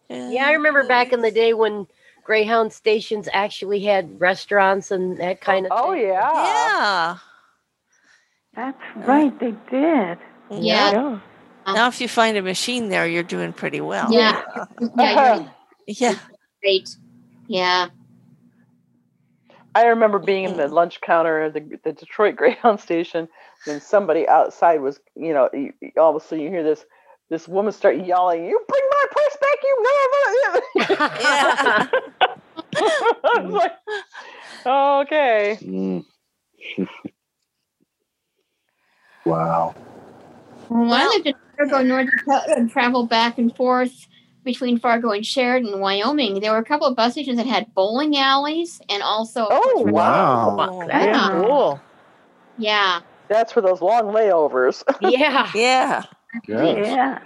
Speaker 5: Yeah, I remember back in the day when Greyhound stations actually had restaurants and that kind of.
Speaker 2: Oh
Speaker 5: thing.
Speaker 2: yeah.
Speaker 1: yeah.
Speaker 4: That's right. They did.
Speaker 7: Yeah.
Speaker 8: Yeah.
Speaker 1: Now, if you find a machine there, you're doing pretty well.
Speaker 7: Yeah. Yeah,
Speaker 5: Uh-huh.
Speaker 7: you're
Speaker 1: Yeah.
Speaker 7: great. Yeah.
Speaker 2: I remember being in the lunch counter at the, the Detroit Greyhound station, and somebody outside was, you know, you, you- all of a sudden you hear this this woman start yelling, "You bring my purse back, you
Speaker 1: Yeah.
Speaker 2: never!" I was like, "Okay,
Speaker 3: Mm. wow.
Speaker 7: When I lived in Fargo, North Dakota, and traveled uh, back and forth between Fargo and Sheridan, Wyoming, there were a couple of bus stations that had bowling alleys and also, of
Speaker 2: oh
Speaker 7: course,
Speaker 6: Wow.
Speaker 5: Fuck,
Speaker 1: Oh,
Speaker 5: that's
Speaker 7: Yeah.
Speaker 5: cool.
Speaker 7: yeah,
Speaker 2: that's for those long layovers."
Speaker 5: Yeah.
Speaker 1: yeah.
Speaker 3: Yeah.
Speaker 4: Yeah.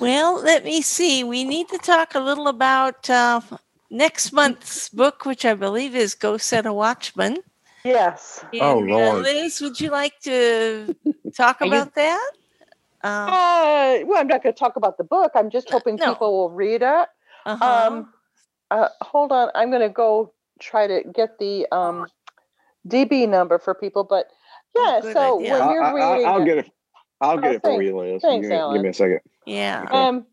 Speaker 1: Well, let me see. We need to talk a little about uh, next month's book, which I believe is "Go Set a Watchman."
Speaker 2: yes.
Speaker 6: Oh,
Speaker 1: And, uh,
Speaker 6: Lord.
Speaker 1: Liz, would you like to talk
Speaker 5: Are you-
Speaker 1: about that? Um,
Speaker 2: Uh, well, I'm not going to talk about the book. I'm just hoping
Speaker 1: No.
Speaker 2: people will read it.
Speaker 1: uh-huh.
Speaker 2: Um, uh, hold on, I'm gonna go try to get the um, DB number for people. But
Speaker 1: Oh,
Speaker 2: yeah,
Speaker 1: good
Speaker 2: so
Speaker 1: idea.
Speaker 2: when
Speaker 3: I,
Speaker 2: you're reading,
Speaker 3: will
Speaker 2: it-
Speaker 3: get it. I'll get
Speaker 2: Oh,
Speaker 3: it for
Speaker 2: thanks.
Speaker 3: you, Liz.
Speaker 2: Thanks,
Speaker 3: give, me, give me a second.
Speaker 1: yeah.
Speaker 3: Okay.
Speaker 2: um,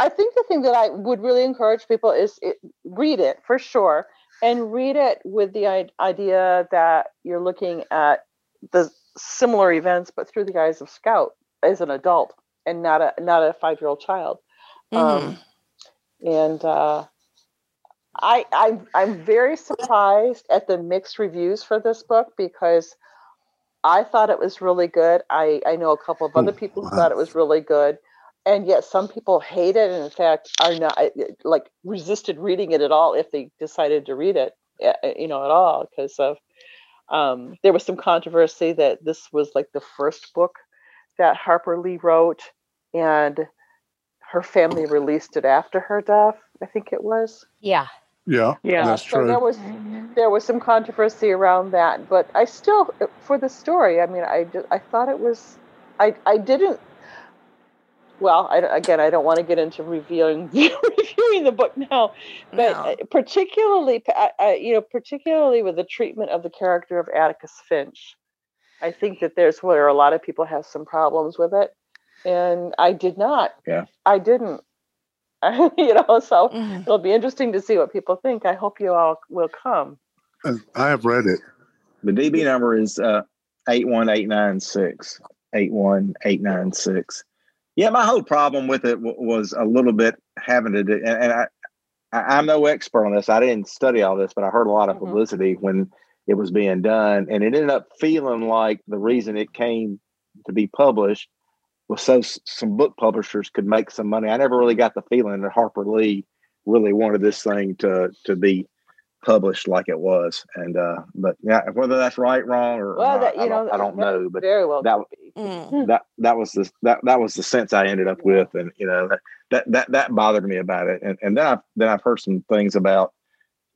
Speaker 2: I think the thing that I would really encourage people is it, read it for sure, and read it with the I- idea that you're looking at the similar events, but through the eyes of Scout as an adult and not a not a five year old child. Um, and uh, I, I'm I'm very surprised at the mixed reviews for this book because I thought it was really good. I, I know a couple of other
Speaker 6: Oh,
Speaker 2: people who
Speaker 6: wow.
Speaker 2: thought it was really good, and yet some people hate it and in fact are not I- like resisted reading it at all if they decided to read it, eh, eh, you know, at all because of um, there was some controversy that this was like the first book that Harper Lee wrote, and her family released it after her death. I think it was.
Speaker 5: Yeah.
Speaker 6: Yeah.
Speaker 8: Yeah.
Speaker 6: That's
Speaker 2: so there
Speaker 6: true.
Speaker 2: was there was some controversy around that, but I still, for the story, I mean, I just, I thought it was, I I didn't. Well, I, again, I don't want to get into revealing reviewing the book now, but uh, particularly, uh, uh, you know, particularly with the treatment of the character of Atticus Finch, I think that there's where a lot of people have some problems with it, and I did not.
Speaker 3: Yeah.
Speaker 2: I didn't. you know, so
Speaker 1: Mhm.
Speaker 2: it'll be interesting to see what people think. I hope you all will come.
Speaker 6: And I have read it.
Speaker 3: The DB number is uh, 81896. 81896. Yeah, my whole problem with it w- was a little bit having to do, and, and I, I, I'm no expert on this. I didn't study all this, but I heard a lot of
Speaker 2: Mhm.
Speaker 3: publicity when it was being done, and it ended up feeling like the reason it came to be published was so s- some book publishers could make some money. I never really got the feeling that Harper Lee really wanted this thing to to be published like it was. And uh, but yeah, whether that's right, wrong, or
Speaker 2: Well,
Speaker 3: not,
Speaker 2: that, you
Speaker 3: I,
Speaker 2: know,
Speaker 3: don't, I don't
Speaker 2: that
Speaker 3: know. But
Speaker 2: very well
Speaker 3: that-
Speaker 2: could be.
Speaker 1: Mm.
Speaker 3: that that was the that that was the sense I ended up with, and you know that that that, that bothered me about it. And and then I've then I've heard some things about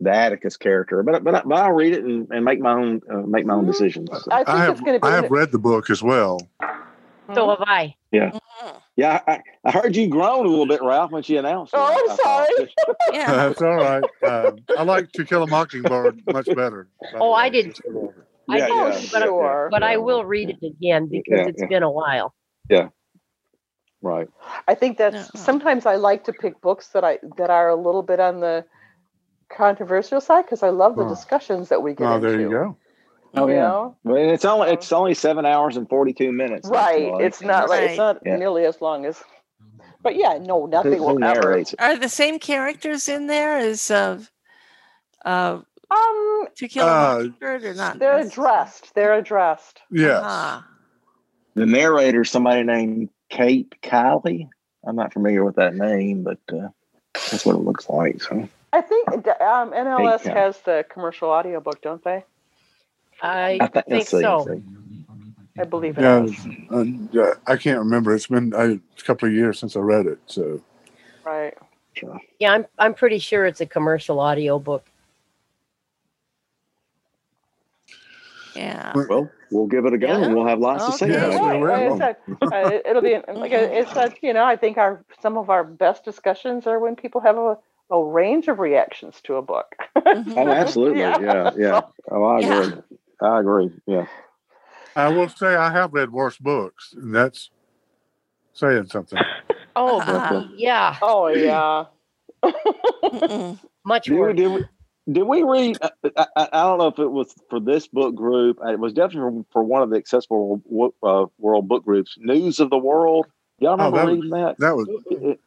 Speaker 3: the Atticus character, but but, I, but I'll read it and, and make my own uh, make my own decisions. So,
Speaker 2: Mm-hmm. I think
Speaker 6: I
Speaker 2: it's
Speaker 6: have
Speaker 2: going to be.
Speaker 6: I have read the book as well.
Speaker 1: Hmm?
Speaker 5: So have I.
Speaker 2: Mm-hmm.
Speaker 1: Mm.
Speaker 3: yeah, I, I heard you groan a little bit, Ralph, when she announced. it.
Speaker 2: Oh, I'm
Speaker 3: I thought-
Speaker 2: sorry.
Speaker 1: Yeah.
Speaker 6: That's all right. Um, I like To Kill a Mockingbird much better. by the
Speaker 5: Oh, I
Speaker 6: way.
Speaker 5: did.
Speaker 6: Just a little bit.
Speaker 5: I
Speaker 3: Yeah,
Speaker 5: did,
Speaker 2: oh,
Speaker 3: yeah, yeah, yeah.
Speaker 2: sure.
Speaker 5: But I will read it again because
Speaker 3: Yeah,
Speaker 5: it's
Speaker 3: yeah.
Speaker 5: been a while.
Speaker 3: Right.
Speaker 2: I think that's
Speaker 1: No.
Speaker 2: sometimes I like to pick books that I that are a little bit on the controversial side because I love the
Speaker 6: Oh.
Speaker 2: discussions that we get
Speaker 6: Oh,
Speaker 2: into.
Speaker 6: there you go.
Speaker 3: Oh
Speaker 2: you
Speaker 3: yeah.
Speaker 2: know?
Speaker 3: Well, and it's only
Speaker 2: So-
Speaker 3: it's only seven hours and forty two minutes. That's
Speaker 2: Uh-huh. right?
Speaker 3: long.
Speaker 2: It's not like it's not
Speaker 3: Yeah.
Speaker 2: nearly as long as. But yeah, no,
Speaker 3: Who,
Speaker 2: nothing
Speaker 3: who
Speaker 2: will ever.
Speaker 3: narrates it?
Speaker 1: Are the same characters in there as uh, uh,
Speaker 2: Um,
Speaker 1: To Kill a
Speaker 6: Uh,
Speaker 1: Mockingbird or not?
Speaker 2: they're
Speaker 1: necessarily?
Speaker 2: addressed. They're addressed.
Speaker 6: Yes.
Speaker 1: Uh-huh.
Speaker 3: The narrator, somebody named Kate Kiley. I'm not familiar with that name, but uh, that's what it looks like. So
Speaker 2: I think um, NLS
Speaker 3: Count.
Speaker 2: has the commercial audiobook, don't they?
Speaker 5: I,
Speaker 3: I think,
Speaker 5: think
Speaker 3: let's see,
Speaker 5: so.
Speaker 3: let's see.
Speaker 2: I believe it
Speaker 6: Yeah,
Speaker 2: has.
Speaker 6: uh, yeah, I can't remember. It's been uh, a couple of years since I read it. So
Speaker 2: Right.
Speaker 5: Yeah, I'm I'm pretty sure it's a commercial audio book.
Speaker 1: Yeah.
Speaker 3: Well, we'll give it a go, and we'll have lots to say
Speaker 1: Okay.
Speaker 6: Yes,
Speaker 3: about
Speaker 6: we
Speaker 2: Right.
Speaker 3: it.
Speaker 6: will.
Speaker 2: Like I said, uh, it- it'll be like I- it's uh, you know I think our some of our best discussions are when people have a, a range of reactions to a book.
Speaker 1: Mhm.
Speaker 3: Oh, absolutely.
Speaker 2: Yeah.
Speaker 3: Yeah, yeah. Oh, I
Speaker 1: Yeah.
Speaker 3: agree. I agree. Yeah.
Speaker 6: I will say I have read worse books, and that's saying something.
Speaker 5: Oh
Speaker 1: Uh-huh.
Speaker 5: yeah,
Speaker 2: oh yeah.
Speaker 1: Mm-mm.
Speaker 5: much
Speaker 3: Did we,
Speaker 5: worse.
Speaker 3: did we, did we read? I, I, I don't know if it was for this book group. It was definitely for one of the accessible Wo- uh, world book groups. News of the World. Y'all remember
Speaker 6: Oh, that was-
Speaker 3: reading that?
Speaker 6: That was.
Speaker 3: It- it-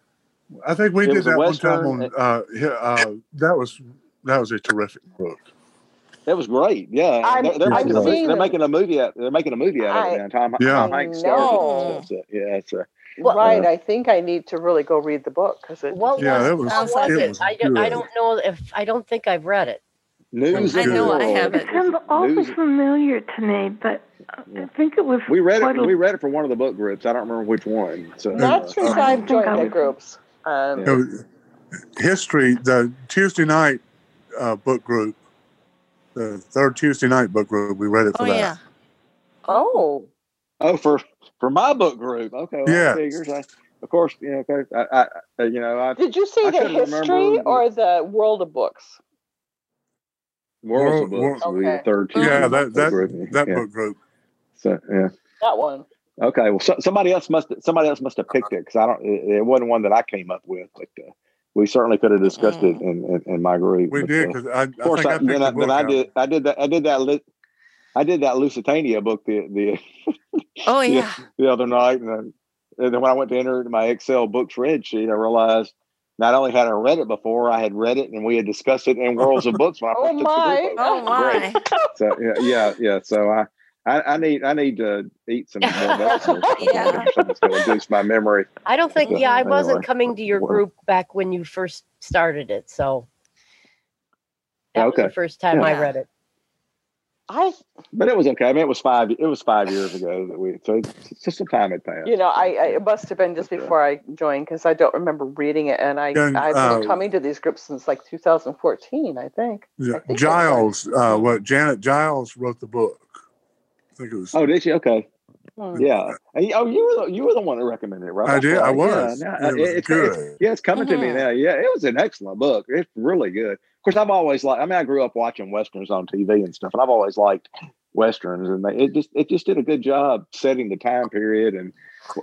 Speaker 6: I think we
Speaker 3: It
Speaker 6: did
Speaker 3: was a
Speaker 6: that one time on.
Speaker 3: Western.
Speaker 6: Uh, yeah, uh, that was that was a terrific book.
Speaker 3: That was great. Yeah,
Speaker 2: I'm-
Speaker 3: they're, they're
Speaker 6: Yes,
Speaker 3: making
Speaker 6: it
Speaker 3: a
Speaker 6: was.
Speaker 3: movie. They're
Speaker 2: Seeing-
Speaker 3: making a movie. Out, they're making a movie out of it
Speaker 2: I-
Speaker 3: now. Tom,
Speaker 6: Yeah.
Speaker 3: Tom
Speaker 2: I
Speaker 3: Hanks stars in it and
Speaker 2: know.
Speaker 3: stuff. So, yeah, it's a,
Speaker 5: Well-
Speaker 2: right.
Speaker 3: Yeah.
Speaker 2: I think I need to really go read the book because it.
Speaker 5: What
Speaker 6: Yeah,
Speaker 5: was,
Speaker 6: that was.
Speaker 5: what
Speaker 1: Sounds
Speaker 5: was
Speaker 1: like
Speaker 5: it?
Speaker 1: it.
Speaker 5: I, do,
Speaker 6: good.
Speaker 5: I don't know if I don't think I've read it.
Speaker 3: news.
Speaker 6: That
Speaker 1: I
Speaker 3: of
Speaker 6: was
Speaker 3: the
Speaker 1: know I
Speaker 3: World.
Speaker 1: have
Speaker 4: It
Speaker 1: it.
Speaker 4: sounds awfully
Speaker 3: News-
Speaker 4: familiar to me, but I think it was.
Speaker 3: We read
Speaker 4: quite
Speaker 3: it.
Speaker 4: a-
Speaker 3: We read it for one of the book groups. I don't remember which one. So
Speaker 2: Not
Speaker 3: uh,
Speaker 2: since
Speaker 4: I
Speaker 2: I've
Speaker 4: don't think I
Speaker 2: joined the
Speaker 4: was-
Speaker 2: groups. Um,
Speaker 3: yeah.
Speaker 6: It was- history. The Tuesday night uh, book group. The third Tuesday night book group. We read it for
Speaker 1: Oh
Speaker 6: that.
Speaker 1: yeah.
Speaker 2: Oh,
Speaker 3: Oh, for for my book group. Okay. Well,
Speaker 6: Yeah.
Speaker 3: I figures. I, of course, you know. okay, I, I, I you know, I,
Speaker 2: did you see
Speaker 3: I
Speaker 2: the
Speaker 3: couldn't
Speaker 2: history
Speaker 3: remember-
Speaker 2: or the world of books?
Speaker 3: worlds
Speaker 6: World-
Speaker 3: of books.
Speaker 2: World-
Speaker 3: We the
Speaker 2: Okay.
Speaker 3: third Tuesday
Speaker 6: Yeah,
Speaker 3: night
Speaker 6: that
Speaker 3: book
Speaker 6: that
Speaker 3: group.
Speaker 6: that
Speaker 3: yeah.
Speaker 6: book group.
Speaker 3: So yeah.
Speaker 2: That one.
Speaker 3: Okay, well, so, somebody else must somebody else must have picked it because I don't. It, it wasn't one that I came up with, but uh, we certainly could have discussed it in, in, in my group.
Speaker 6: Mm. We
Speaker 3: but,
Speaker 6: did
Speaker 3: uh,
Speaker 6: because I, I
Speaker 3: of course,
Speaker 6: think I,
Speaker 3: I,
Speaker 6: picked
Speaker 3: then I,
Speaker 6: the book
Speaker 3: then I
Speaker 6: out.
Speaker 3: did I did that I did that lit, I did that Lusitania book the the
Speaker 1: Oh
Speaker 3: the,
Speaker 1: yeah.
Speaker 3: the other night, and then, and then when I went to enter it in my Excel book spreadsheet, I realized not only had I read it before, I had read it and we had discussed it in Worlds of Books when I
Speaker 2: Oh,
Speaker 3: first took the
Speaker 2: my.
Speaker 3: group over.
Speaker 1: Oh
Speaker 3: It was great.
Speaker 1: my.
Speaker 3: So yeah, yeah, yeah. So I, I, I need, I need to eat some more vegetables or something,
Speaker 1: Yeah.
Speaker 3: or something to reduce my memory.
Speaker 5: I don't think.
Speaker 1: Okay.
Speaker 5: Yeah, I wasn't
Speaker 3: Anyway.
Speaker 5: coming to your
Speaker 3: Well.
Speaker 5: group back when you first started it, so that was
Speaker 3: Okay.
Speaker 5: the first time I
Speaker 1: Yeah.
Speaker 5: read it.
Speaker 2: I,
Speaker 3: But it was okay. I mean, it was five. It was five years ago that we. So it's just some time had passed.
Speaker 2: you know, I, I it must have been just before I joined because I don't remember reading it, and I
Speaker 6: Then,
Speaker 2: I've been
Speaker 6: uh,
Speaker 2: coming to these groups since like 2014, I think.
Speaker 6: Yeah,
Speaker 2: I think it was.
Speaker 6: Giles, uh, what Janet Giles wrote the book. I think it was.
Speaker 3: Oh, did you? Okay.
Speaker 2: Hmm.
Speaker 3: Yeah. And you- oh, you were the, you were the one that recommended it, right?
Speaker 6: I
Speaker 3: That's
Speaker 6: did. I
Speaker 3: right.
Speaker 6: was.
Speaker 3: Yeah.
Speaker 6: and
Speaker 3: now-
Speaker 6: it was
Speaker 3: it's,
Speaker 6: good.
Speaker 3: it's- yeah, it's coming to me
Speaker 1: Mhm.
Speaker 3: now. Yeah, it was an excellent book. It's really good. Of course, I've always liked. I mean, I grew up watching westerns on TV and stuff, and I've always liked westerns, and they, it just it just did a good job setting the time period and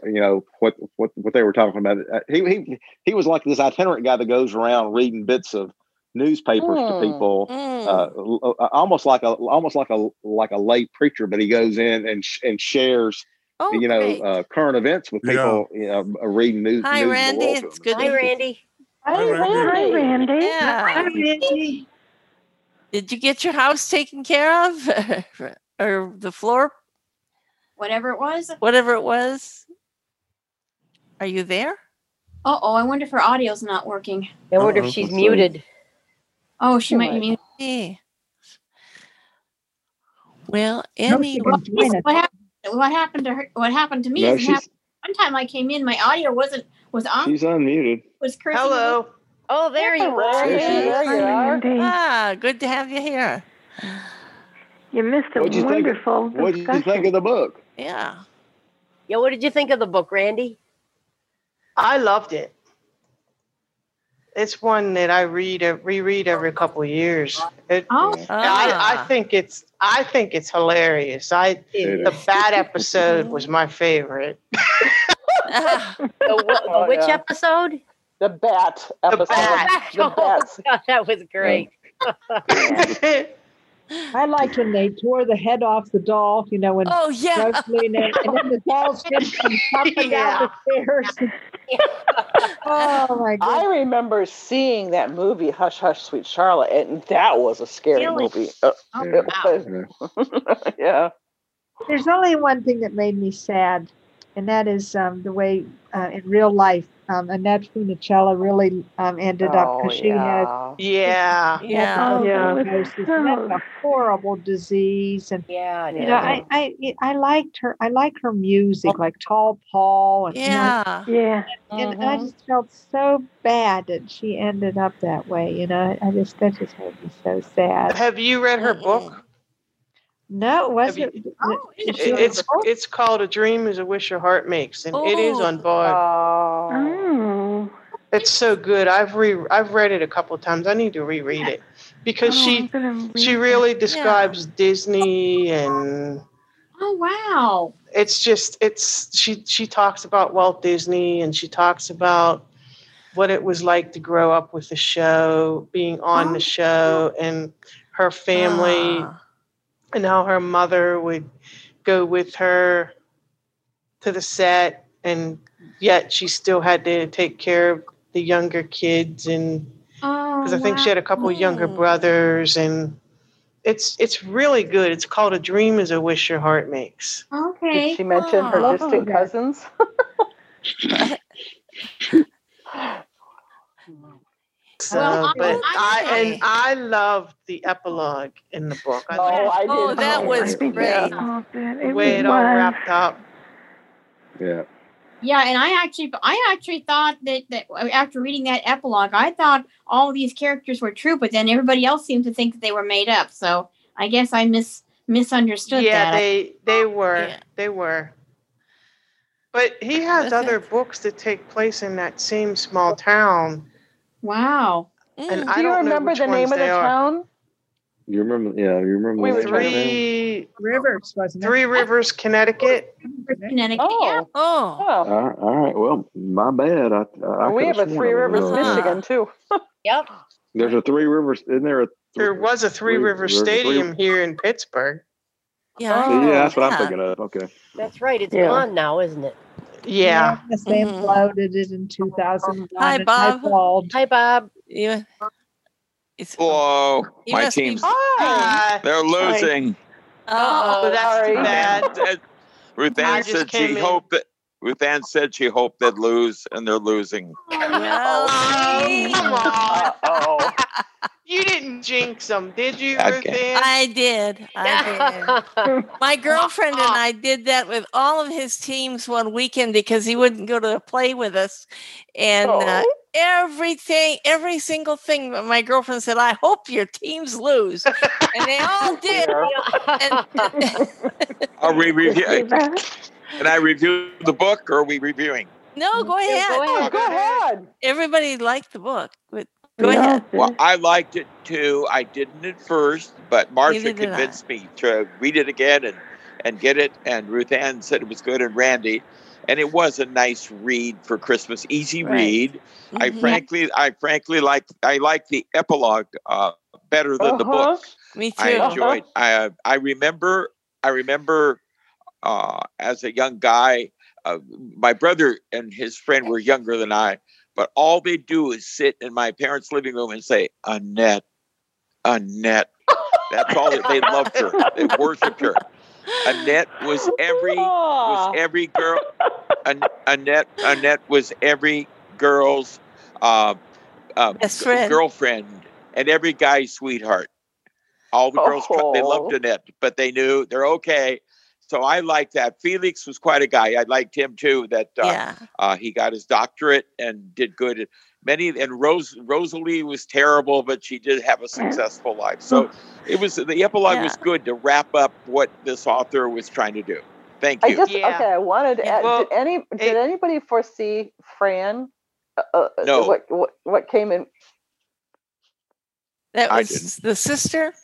Speaker 3: you know what what what they were talking about. Uh, He he he was like this itinerant guy that goes around reading bits of newspapers
Speaker 2: Hmm.
Speaker 3: to people
Speaker 1: Mm.
Speaker 3: uh, l- uh, almost like a almost like a like a lay preacher, but he goes in and sh- and shares
Speaker 1: Oh,
Speaker 3: you know
Speaker 1: great.
Speaker 3: uh, current events with
Speaker 6: Yeah.
Speaker 3: people you know uh, reading news
Speaker 1: Hi,
Speaker 3: news of the
Speaker 1: Randy.
Speaker 3: world. to
Speaker 1: It's
Speaker 3: them.
Speaker 1: good.
Speaker 5: Hi,
Speaker 1: to-
Speaker 5: Randy.
Speaker 2: Hi,
Speaker 6: Hi, Randy.
Speaker 4: Hi,
Speaker 2: Randy.
Speaker 4: Randy.
Speaker 1: Yeah. Did you get your house taken care of, or the floor,
Speaker 7: Whatever it was,
Speaker 1: whatever it was? Are you there?
Speaker 7: Uh oh, I wonder if her audio's not working.
Speaker 5: I wonder
Speaker 3: Uh-oh,
Speaker 5: if she's
Speaker 3: let's see.
Speaker 5: muted.
Speaker 7: Oh, she
Speaker 5: She
Speaker 7: might
Speaker 5: might.
Speaker 7: be.
Speaker 1: Yeah. Well,
Speaker 9: No,
Speaker 1: any
Speaker 9: she
Speaker 7: Well,
Speaker 9: can join us.
Speaker 7: what happened? What happened to her? What happened to me?
Speaker 3: No,
Speaker 7: is it
Speaker 3: she's
Speaker 7: happened. One time I came in, my audio wasn't was on.
Speaker 3: she's unmuted.
Speaker 7: Was cursing.
Speaker 2: Hello.
Speaker 5: Oh, there you are.
Speaker 3: There she is.
Speaker 2: There you
Speaker 4: Hi,
Speaker 2: are.
Speaker 4: Randy.
Speaker 1: ah, good to have you here.
Speaker 4: You missed a
Speaker 3: What'd you think of-
Speaker 4: wonderful
Speaker 3: What did you
Speaker 4: discussion.
Speaker 3: think of the book?
Speaker 1: Yeah.
Speaker 5: Yeah, what did you think of the book, Randy?
Speaker 10: I loved it. It's one that I read uh, reread every couple of years. It,
Speaker 7: Oh,
Speaker 3: Yeah,
Speaker 10: I, I
Speaker 1: Ah.
Speaker 10: think it's I think it's hilarious. I
Speaker 3: it
Speaker 10: the
Speaker 3: is.
Speaker 10: bat episode was my favorite.
Speaker 1: Ah,
Speaker 5: The, wh-
Speaker 2: Oh,
Speaker 5: the which
Speaker 2: yeah.
Speaker 5: episode?
Speaker 2: The bat episode.
Speaker 10: bat.
Speaker 2: The bats.
Speaker 5: God, that was great.
Speaker 9: I like when they tore the head off the doll, you know, when
Speaker 1: oh, yeah.
Speaker 9: Rosaline and, and then the doll's just jumping down the stairs. oh my
Speaker 2: I
Speaker 9: god.
Speaker 2: remember seeing that movie, Hush Hush Sweet Charlotte, and that was a scary
Speaker 5: Really?
Speaker 2: movie. Uh,
Speaker 7: oh,
Speaker 2: it
Speaker 7: wow.
Speaker 2: was. yeah.
Speaker 9: There's only one thing that made me sad, and that is um, the way uh, in real life um, Annette Funicello really um, ended up
Speaker 2: Oh,
Speaker 9: because she had
Speaker 2: yeah.
Speaker 10: yeah.
Speaker 1: Yeah.
Speaker 4: Oh,
Speaker 8: Yeah.
Speaker 4: that was
Speaker 9: overdoses, and that's
Speaker 4: so-
Speaker 9: a horrible disease. And
Speaker 5: Yeah, it
Speaker 9: you
Speaker 5: is.
Speaker 9: know, I I I liked her. I like her music, like Tall Paul, and you know,
Speaker 1: Yeah.
Speaker 4: yeah.
Speaker 9: and I
Speaker 2: Mhm.
Speaker 10: Mm-hmm.
Speaker 9: just felt so bad that she ended up that way. You know, I just that just made me so sad.
Speaker 10: Have you read her
Speaker 1: Mm-mm.
Speaker 10: book?
Speaker 9: No, it wasn't.
Speaker 7: Oh,
Speaker 9: Is
Speaker 10: It-
Speaker 9: she
Speaker 7: interesting.
Speaker 9: on
Speaker 10: It's
Speaker 9: the book?
Speaker 10: it's called A Dream Is a Wish Your Heart Makes, and it is
Speaker 1: Ooh.
Speaker 10: on Bard.
Speaker 2: Oh.
Speaker 4: Oh.
Speaker 10: It's so good. I've re I've read it a couple of times. I need to reread it because
Speaker 4: Oh, I'm
Speaker 10: she
Speaker 4: gonna
Speaker 10: she
Speaker 4: read
Speaker 10: really describes Disney and
Speaker 7: Oh, wow.
Speaker 10: it's just it's she she talks about Walt Disney and she talks about what it was like to grow up with the show, being on
Speaker 7: Oh.
Speaker 10: the show and her family
Speaker 1: Ah.
Speaker 10: and how her mother would go with her to the set and yet she still had to take care of the younger kids and
Speaker 7: Oh,
Speaker 10: because I think
Speaker 7: wow.
Speaker 10: she had a couple of younger
Speaker 1: Hmm.
Speaker 10: brothers, and it's it's really good. It's called "A Dream Is a Wish Your Heart Makes."
Speaker 2: Did
Speaker 7: Okay.
Speaker 2: she mention her
Speaker 1: Oh.
Speaker 2: distant
Speaker 9: That-
Speaker 2: cousins?
Speaker 10: So,
Speaker 7: Well, I-
Speaker 10: but
Speaker 7: I-
Speaker 10: I, and I loved the epilogue in the book. I
Speaker 2: oh,
Speaker 10: loved
Speaker 2: I did.
Speaker 1: Oh,
Speaker 2: too.
Speaker 1: that
Speaker 4: Oh,
Speaker 1: was
Speaker 4: I think
Speaker 2: Yeah.
Speaker 1: great.
Speaker 4: I called that.
Speaker 10: the
Speaker 4: It
Speaker 10: way it all
Speaker 4: was.
Speaker 10: wrapped up.
Speaker 3: Yeah.
Speaker 7: Yeah, and I actually, I actually thought that that after reading that epilogue, I thought all these characters were true, but then everybody else seemed to think that they were made up. So I guess I mis misunderstood
Speaker 10: Yeah,
Speaker 7: that.
Speaker 10: they they were
Speaker 1: Oh, Yeah.
Speaker 10: they were. But he has
Speaker 1: Was
Speaker 10: other
Speaker 1: it?
Speaker 10: books that take place in that same small town,
Speaker 7: wow.
Speaker 10: and
Speaker 1: Mm.
Speaker 10: I
Speaker 2: Do you
Speaker 10: don't know
Speaker 2: remember
Speaker 10: which
Speaker 2: the name
Speaker 10: ones
Speaker 2: of the
Speaker 10: they are.
Speaker 2: town?
Speaker 3: You remember? Yeah, you remember
Speaker 2: We
Speaker 3: the
Speaker 2: were
Speaker 3: name of the
Speaker 2: trying to.
Speaker 3: town?
Speaker 10: Three
Speaker 9: Rivers wasn't it?
Speaker 10: Three Rivers, Connecticut.
Speaker 7: Connecticut. Yeah.
Speaker 2: Oh,
Speaker 1: Oh.
Speaker 2: oh.
Speaker 3: All right, all right. Well, my bad. I I, I
Speaker 2: we have
Speaker 3: could have
Speaker 2: a
Speaker 3: sworn
Speaker 2: Three
Speaker 3: it was
Speaker 2: Rivers,
Speaker 3: another
Speaker 1: Uh-huh.
Speaker 3: town.
Speaker 2: Michigan too.
Speaker 5: Yep.
Speaker 3: There's a Three Rivers. Isn't there a
Speaker 10: There was a Three River
Speaker 3: there's a three-
Speaker 10: Stadium here in Pittsburgh.
Speaker 1: Yeah. I-
Speaker 3: See, yeah, that's what I'm
Speaker 1: yeah.
Speaker 3: thinking of. Okay.
Speaker 5: That's right. It's
Speaker 2: Yeah.
Speaker 5: gone now, isn't it?
Speaker 10: Yeah.
Speaker 9: Yes, they
Speaker 5: Mm-hmm.
Speaker 1: Mm.
Speaker 9: imploded it in 2001.
Speaker 1: Hi,
Speaker 9: and
Speaker 1: Bob.
Speaker 9: I called.
Speaker 5: Hi, Bob.
Speaker 1: You, it's,
Speaker 11: Whoa, oh,
Speaker 1: you
Speaker 11: my
Speaker 1: must be-
Speaker 11: team's
Speaker 2: Hi.
Speaker 10: Ah,
Speaker 11: they're losing.
Speaker 1: Oh,
Speaker 10: oh, that's too
Speaker 2: Sorry.
Speaker 10: bad.
Speaker 11: Ruth
Speaker 10: I
Speaker 11: Ann
Speaker 10: just
Speaker 11: said
Speaker 10: came
Speaker 11: she
Speaker 10: in.
Speaker 11: hoped that Ruth Ann said she hoped they'd lose, and they're losing.
Speaker 1: no.
Speaker 10: Oh,
Speaker 1: see?
Speaker 10: come on.
Speaker 2: Uh oh.
Speaker 10: You didn't jinx them, did you,
Speaker 11: Okay.
Speaker 10: Ruth Ann?
Speaker 1: I did. I did. My girlfriend and I did that with all of his teams one weekend because he wouldn't go to play with us. And uh,
Speaker 2: Oh.
Speaker 1: everything, every single thing, that my girlfriend said, I hope your teams lose. and they all did.
Speaker 2: dear.
Speaker 11: Are we review?
Speaker 4: Uh,
Speaker 11: Can I review the book, or are we reviewing?
Speaker 1: no, go
Speaker 5: Yeah,
Speaker 1: ahead.
Speaker 5: go
Speaker 2: Oh,
Speaker 5: ahead.
Speaker 2: go ahead.
Speaker 1: Everybody liked the book. But go
Speaker 4: we all
Speaker 1: ahead.
Speaker 11: Well,
Speaker 4: did.
Speaker 11: I liked it too. I didn't at first, but Marcia
Speaker 1: Neither did I.
Speaker 11: convinced me to read it again and and get it. And Ruth Ann said it was good, and Randy, and it was a nice read for Christmas, easy
Speaker 1: Right.
Speaker 11: read. I
Speaker 1: Mhm.
Speaker 11: frankly, I frankly like I like the epilogue uh, better than the
Speaker 1: Uh-huh.
Speaker 11: book.
Speaker 1: Me too.
Speaker 11: I
Speaker 2: Uh-huh.
Speaker 11: enjoyed. I uh, I remember. I remember uh, as a young guy, uh, my brother and his friend were younger than I, but all they do is sit in my parents' living room and say, "Annette, Annette." That's all that they loved her. They worshipped her. Annette was every was
Speaker 2: Aw.
Speaker 11: every girl An- Annette Annette was every girl's uh, uh,
Speaker 1: Best
Speaker 11: g-
Speaker 1: friend.
Speaker 11: girlfriend and every guy's sweetheart. All the girls tr- they loved
Speaker 2: Oh.
Speaker 11: Annette, but they knew they're okay. So I like that. Felix was quite a guy. I liked him too. That uh,
Speaker 1: yeah.
Speaker 11: uh, he got his doctorate and did good. Many and Rose Rosalie was terrible, but she did have a successful life. So it was the epilogue was good to wrap up what this author was trying to do. Thank
Speaker 2: I
Speaker 11: you.
Speaker 2: just
Speaker 10: Yeah.
Speaker 2: okay. I wanted to
Speaker 10: Yeah.
Speaker 2: add.
Speaker 10: Well,
Speaker 2: did any did
Speaker 10: it-
Speaker 2: anybody foresee Fran? Uh, uh,
Speaker 11: No.
Speaker 2: What, what what came in?
Speaker 1: That
Speaker 11: I
Speaker 1: was the sister.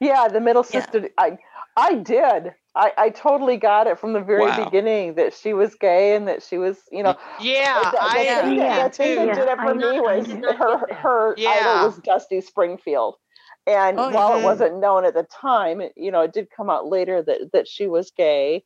Speaker 2: Yeah, the middle
Speaker 1: Yeah.
Speaker 2: sister. I I did. I I totally got it from the very
Speaker 11: Wow.
Speaker 2: beginning that she was gay and that she was you know.
Speaker 10: Yeah,
Speaker 2: the, the
Speaker 10: I
Speaker 2: thing
Speaker 10: yeah,
Speaker 2: that, the thing that
Speaker 10: too.
Speaker 2: did it
Speaker 4: Yeah,
Speaker 2: for
Speaker 4: I-
Speaker 2: me was
Speaker 4: I did
Speaker 7: not get
Speaker 2: her
Speaker 7: that.
Speaker 2: her
Speaker 10: Yeah.
Speaker 2: idol was Dusty Springfield. And
Speaker 1: Oh,
Speaker 2: while
Speaker 10: Mhm.
Speaker 2: it wasn't known at the time, it- you know, it did come out later that that she was gay.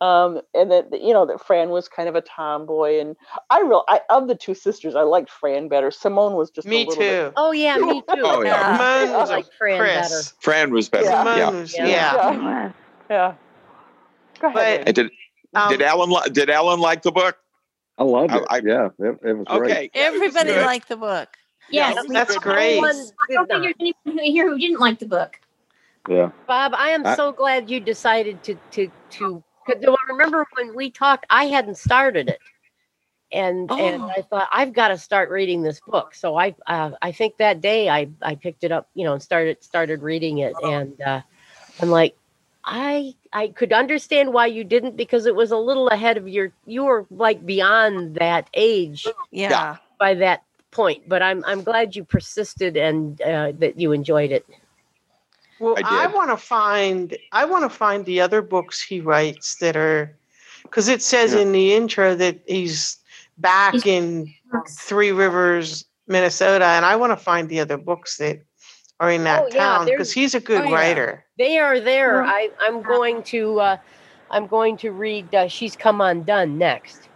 Speaker 2: Um, and that you know that Fran was kind of a tomboy, and I real I of the two sisters, I liked Fran better. Simone was just
Speaker 10: Me
Speaker 2: a little bit
Speaker 10: too.
Speaker 5: Oh yeah, me too.
Speaker 11: Oh, yeah.
Speaker 1: Yeah.
Speaker 10: Simone
Speaker 2: Yeah.
Speaker 10: was
Speaker 5: I
Speaker 10: a
Speaker 5: like Fran better.
Speaker 10: Chris.
Speaker 11: Fran was better.
Speaker 2: Yeah.
Speaker 11: Yeah,
Speaker 10: Simone was
Speaker 5: Yeah.
Speaker 10: yeah.
Speaker 4: She
Speaker 2: Yeah,
Speaker 4: was.
Speaker 2: yeah. Go ahead.
Speaker 10: But-
Speaker 11: I
Speaker 2: Ray.
Speaker 11: did.
Speaker 10: Um,
Speaker 11: did Alan li- did Alan like the book?
Speaker 3: I loved it.
Speaker 11: I- I-
Speaker 3: yeah, it, it was great.
Speaker 11: Okay, yeah, it was
Speaker 1: Everybody
Speaker 11: good.
Speaker 1: liked the book.
Speaker 7: Yes.
Speaker 5: Yeah, we-
Speaker 10: That's
Speaker 5: no
Speaker 10: great.
Speaker 5: one
Speaker 7: I don't
Speaker 5: did not.
Speaker 7: think there's anyone who- here who didn't like the book.
Speaker 3: Yeah,
Speaker 5: Bob, I am
Speaker 3: I-
Speaker 5: so glad you decided to to to. Because I remember when we talked, I hadn't started it, and and
Speaker 1: Oh.
Speaker 5: I thought I've got to start reading this book. So I uh, I think that day I I picked it up, you know, and started started reading it, and uh, I'm like, I I could understand why you didn't because it was a little ahead of your you were like beyond that age
Speaker 1: Yeah.
Speaker 5: by that point. But I'm I'm glad you persisted and uh, that you enjoyed it.
Speaker 10: Well,
Speaker 11: I did.
Speaker 10: I, want to find I want to find the other books he writes that are because it says
Speaker 11: Yeah.
Speaker 10: in the intro that he's back
Speaker 7: He's-
Speaker 10: in Three Rivers, Minnesota, and I want to find the other books that are in that
Speaker 5: Oh, yeah,
Speaker 10: town
Speaker 5: there's-
Speaker 10: because he's a good
Speaker 1: Oh, yeah.
Speaker 10: writer.
Speaker 5: They are there.
Speaker 4: Well-
Speaker 5: I I'm going to uh, I'm going to read. Uh, She's come undone next.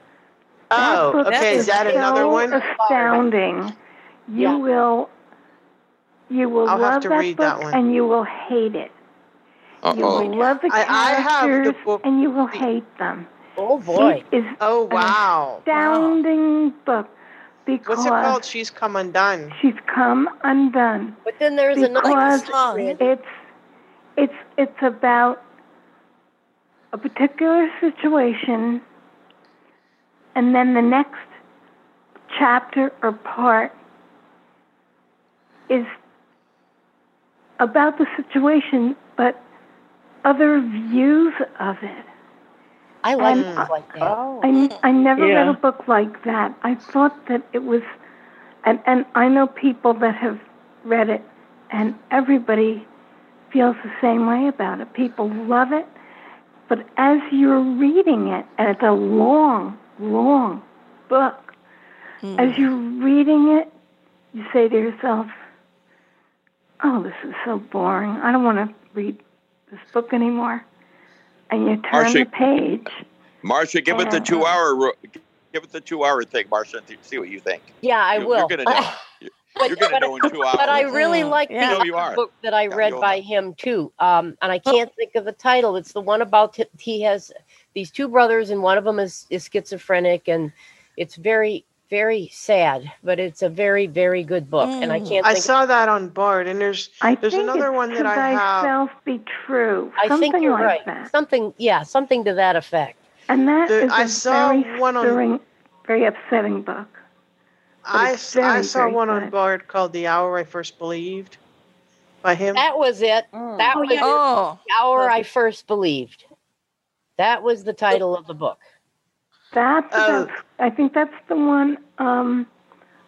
Speaker 4: That
Speaker 10: Oh,
Speaker 4: book
Speaker 10: okay, is
Speaker 1: is
Speaker 10: that another
Speaker 4: so
Speaker 10: one?
Speaker 4: Astounding. You
Speaker 5: Yeah.
Speaker 4: will you will
Speaker 10: I'll have
Speaker 4: love
Speaker 10: to
Speaker 4: that
Speaker 10: read
Speaker 4: book
Speaker 10: that one.
Speaker 4: and you will hate it. You
Speaker 11: Uh-oh.
Speaker 4: will love the
Speaker 10: I- I have the
Speaker 4: characters
Speaker 10: book-
Speaker 4: and you will
Speaker 10: the-
Speaker 4: hate them.
Speaker 5: Oh boy.
Speaker 4: It is
Speaker 10: Oh
Speaker 4: an
Speaker 10: wow,
Speaker 4: astounding book because
Speaker 10: what's it called? She's come undone.
Speaker 4: she's come undone.
Speaker 5: But then there's another
Speaker 1: Like the
Speaker 4: Because
Speaker 1: song.
Speaker 5: Randy.
Speaker 4: It's it's it's about a particular situation and then the next chapter or part is about the situation but other views of it.
Speaker 5: I like
Speaker 4: And,
Speaker 5: books like that.
Speaker 2: Oh,
Speaker 4: I, I never read
Speaker 8: Yeah.
Speaker 4: a book like that. I thought that it was, and, and I know people that have read it, and everybody feels the same way about it. People love it, but as you're reading it, and it's a long, long book,
Speaker 1: Mm. Hmm.
Speaker 4: as you're reading it, you say to yourself, oh, this is so boring. I don't want to read this book anymore. And you turn
Speaker 11: Marcia-
Speaker 4: the page.
Speaker 11: Marcia, give it the
Speaker 4: and-
Speaker 11: two hour ro- give it the two hour thing, Marcia, and th- see what you think.
Speaker 5: Yeah, I
Speaker 11: You-
Speaker 5: will.
Speaker 11: You're gonna know.
Speaker 5: but,
Speaker 11: You're gonna
Speaker 5: but-
Speaker 11: know in two hours.
Speaker 5: but I really
Speaker 1: Mm,
Speaker 5: like the
Speaker 1: yeah.
Speaker 11: No,
Speaker 5: other
Speaker 11: you are.
Speaker 5: book that I
Speaker 11: Yeah,
Speaker 5: read
Speaker 11: you'll
Speaker 5: by
Speaker 11: know.
Speaker 5: him too. Um, and I can't think of the title. It's the one about t- he has these two brothers, and one of them is, is schizophrenic, and it's very very sad, but it's a very very good book. And I
Speaker 1: Mm.
Speaker 5: can't
Speaker 10: I
Speaker 5: think.
Speaker 10: saw that on board, and there's
Speaker 4: I
Speaker 10: There's
Speaker 4: think
Speaker 10: another
Speaker 4: it's
Speaker 10: one that
Speaker 4: to
Speaker 10: I have.
Speaker 4: thyself be true,
Speaker 5: I
Speaker 4: something
Speaker 5: think you're
Speaker 4: like
Speaker 5: right.
Speaker 4: that.
Speaker 5: Something yeah, something to that effect.
Speaker 4: And that
Speaker 10: There-
Speaker 4: is
Speaker 10: I
Speaker 4: a
Speaker 10: saw
Speaker 4: very
Speaker 10: one on-
Speaker 4: stirring, very upsetting book.
Speaker 10: I,
Speaker 4: it's
Speaker 10: s- I
Speaker 4: very,
Speaker 10: saw
Speaker 4: very
Speaker 10: one on
Speaker 4: good.
Speaker 10: board called The Hour I First Believed by him.
Speaker 5: That was it.
Speaker 2: mm.
Speaker 5: That
Speaker 7: Oh,
Speaker 5: was
Speaker 7: yeah.
Speaker 5: it.
Speaker 1: Oh.
Speaker 5: the hour I first believed. That was the title of the book.
Speaker 4: That's
Speaker 10: Oh.
Speaker 4: about. I think that's the one um,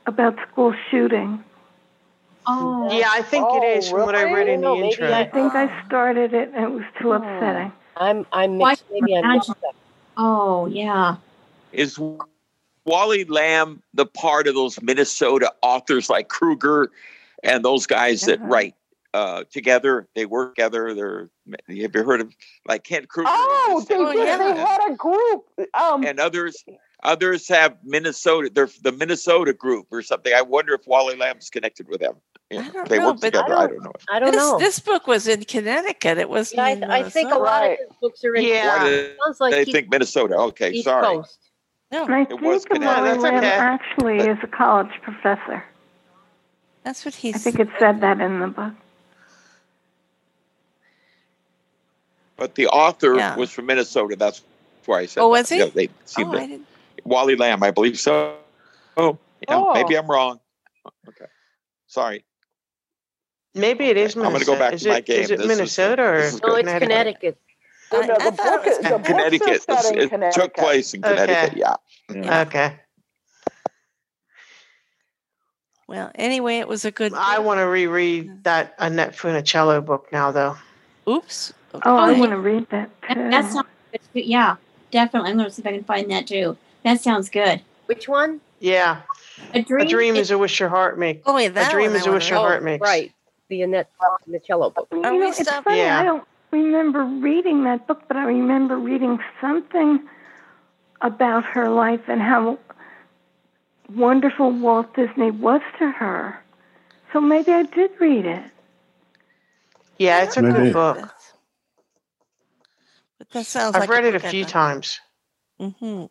Speaker 4: about school shooting.
Speaker 7: Oh.
Speaker 10: yeah, I think it
Speaker 2: Oh,
Speaker 10: is from what I read
Speaker 5: I don't
Speaker 10: in the
Speaker 5: know, maybe
Speaker 10: intro.
Speaker 4: I
Speaker 5: I,
Speaker 4: think
Speaker 1: Oh.
Speaker 4: I started it, and it was too
Speaker 2: Hmm.
Speaker 4: upsetting.
Speaker 5: I'm I'm
Speaker 7: Why-
Speaker 5: mixed. Maybe I'm mixed up.
Speaker 7: Oh, yeah.
Speaker 11: Is Wally Lamb the part of those Minnesota authors like Kruger and those guys that
Speaker 1: Uh-huh.
Speaker 2: Mhm.
Speaker 11: write uh, together? They work together. They're have you heard of like Kent Kruger?
Speaker 2: Oh,
Speaker 11: was-
Speaker 2: they
Speaker 1: Oh,
Speaker 2: did.
Speaker 1: yeah.
Speaker 2: They had a group.
Speaker 5: Oh,
Speaker 2: Um,
Speaker 11: and others others have Minnesota. They're the Minnesota group or something. I wonder if Wally Lamb's connected with them. You
Speaker 1: I don't
Speaker 11: they
Speaker 1: know,
Speaker 11: work
Speaker 1: but-
Speaker 11: together.
Speaker 5: I
Speaker 11: I
Speaker 5: don't-
Speaker 11: don't know.
Speaker 5: I don't
Speaker 1: This
Speaker 5: know.
Speaker 1: this book was in Connecticut. It wasn't
Speaker 5: yeah, I,
Speaker 1: in
Speaker 5: I think a
Speaker 1: Minnesota.
Speaker 5: lot
Speaker 2: Right.
Speaker 5: of his books are in.
Speaker 10: Yeah.
Speaker 11: Why did
Speaker 5: Sounds like
Speaker 11: they
Speaker 5: East,
Speaker 11: think Minnesota? Okay,
Speaker 5: East
Speaker 11: sorry.
Speaker 5: Coast.
Speaker 1: No,
Speaker 4: And I think Amari Lynn actually is a college professor.
Speaker 1: That's what he's.
Speaker 4: I think it said that in the book.
Speaker 11: But the author
Speaker 1: Yeah.
Speaker 11: was from Minnesota. That's why I said.
Speaker 1: Oh,
Speaker 11: that.
Speaker 1: was he?
Speaker 11: Yeah, they seemed
Speaker 1: Oh,
Speaker 11: to-
Speaker 1: I didn't.
Speaker 11: Wally Lamb, I believe so. Oh, yeah,
Speaker 10: Oh.
Speaker 11: maybe I'm wrong. Okay, sorry.
Speaker 10: Maybe it is
Speaker 11: I'm
Speaker 10: Minnesota.
Speaker 11: gonna go back
Speaker 10: is
Speaker 11: to my
Speaker 10: it,
Speaker 11: game.
Speaker 10: Is it
Speaker 11: This is-
Speaker 10: Minnesota or
Speaker 11: this is No, it's
Speaker 5: Connecticut.
Speaker 2: No, no, the book is the
Speaker 11: Connecticut.
Speaker 2: Book's set
Speaker 11: This-
Speaker 2: in
Speaker 11: it took
Speaker 2: Connecticut.
Speaker 11: place in
Speaker 10: Okay.
Speaker 11: Connecticut. Yeah.
Speaker 1: Yeah.
Speaker 10: Okay.
Speaker 1: Well, anyway, it was a good.
Speaker 10: I want to reread that Annette Funicello book now, though.
Speaker 1: Oops.
Speaker 4: Oh, I
Speaker 7: Okay.
Speaker 4: want to read that
Speaker 7: That,
Speaker 4: too.
Speaker 7: that sounds good too. Yeah, definitely. I'm going to see if I can find that too. That sounds good.
Speaker 5: Which one?
Speaker 10: Yeah.
Speaker 7: A
Speaker 10: A
Speaker 7: dream.
Speaker 10: dream is a wish your heart makes.
Speaker 1: Oh, wait,
Speaker 10: a
Speaker 1: that
Speaker 10: dream
Speaker 1: one
Speaker 10: is
Speaker 1: I
Speaker 10: a
Speaker 1: wanna Oh,
Speaker 10: wish your
Speaker 1: read.
Speaker 10: heart makes.
Speaker 5: Oh, Right. The Annette Michello book.
Speaker 4: You
Speaker 1: Are
Speaker 4: know,
Speaker 1: we
Speaker 4: it's
Speaker 1: stopped?
Speaker 4: funny.
Speaker 10: Yeah.
Speaker 4: I don't remember reading that book, but I remember reading something about her life and how wonderful Walt Disney was to her. So maybe I did read it.
Speaker 10: Yeah, it's a
Speaker 6: Maybe.
Speaker 10: good book.
Speaker 1: But that sounds
Speaker 10: I've
Speaker 1: like
Speaker 10: read it a few times.
Speaker 1: Mm-hmm.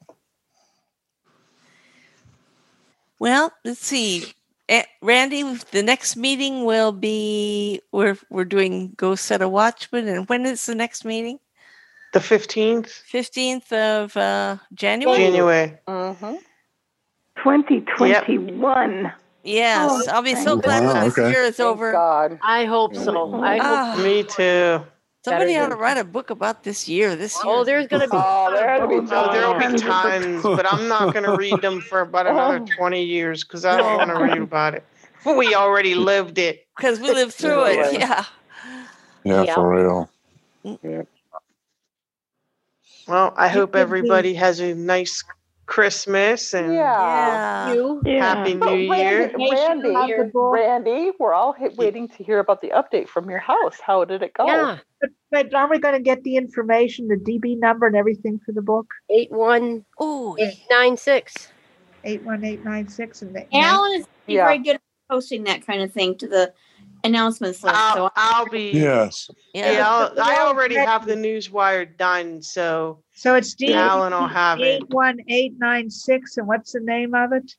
Speaker 1: Well, let's see. Eh, Randy, the next meeting will be we're we're doing Ghost at a Watchman, and when is the next meeting?
Speaker 10: The 15th
Speaker 1: Fifteenth of uh, January.
Speaker 10: January.
Speaker 2: Mm-hmm.
Speaker 4: 2021.
Speaker 1: Yes, I'll be so
Speaker 4: thank
Speaker 1: glad
Speaker 6: Wow,
Speaker 1: when this
Speaker 6: okay.
Speaker 1: year is over.
Speaker 2: God.
Speaker 5: I hope so. I hope
Speaker 1: Ah,
Speaker 10: Me too.
Speaker 1: somebody
Speaker 5: better
Speaker 1: ought to
Speaker 5: than-
Speaker 1: write a book about this year. This year.
Speaker 5: Oh, there's gonna be
Speaker 2: Oh, there'll be
Speaker 10: Oh, there'll
Speaker 2: times.
Speaker 10: be times, but I'm not going to read them for about another
Speaker 2: Oh.
Speaker 10: 20 years because I don't
Speaker 1: No.
Speaker 10: want to read about it. We already lived it.
Speaker 1: because Oh. we lived through it.
Speaker 2: Really?
Speaker 1: Yeah.
Speaker 6: Yeah,
Speaker 5: Yeah.
Speaker 6: for real.
Speaker 10: Well, I
Speaker 5: You
Speaker 10: hope
Speaker 5: did the-
Speaker 10: everybody has a nice Christmas and
Speaker 2: Yeah.
Speaker 1: Yeah.
Speaker 5: you.
Speaker 10: Happy
Speaker 2: But
Speaker 10: New Year.
Speaker 2: Randy, Randy,
Speaker 7: Have the book.
Speaker 2: Randy, we're all he- waiting to hear about the update from your house. How did it go?
Speaker 5: Yeah.
Speaker 9: Oh, But aren't we going to get the information, the DB number and everything for the book?
Speaker 5: Eight one
Speaker 1: Oh,
Speaker 5: eight nine six.
Speaker 9: 81896 and the.
Speaker 7: Alan is pretty
Speaker 2: Yeah.
Speaker 7: very good at posting that kind of thing to the announcements list.
Speaker 10: I'll,
Speaker 7: so
Speaker 10: I'll be.
Speaker 6: Yes.
Speaker 10: Yeah,
Speaker 1: yeah.
Speaker 10: I'll, I
Speaker 9: Yeah,
Speaker 10: already have the
Speaker 9: exactly.
Speaker 10: news wire done, so
Speaker 9: So it's D
Speaker 10: Yeah, Alan will have it.
Speaker 9: eight one eight nine six, and what's the name of it?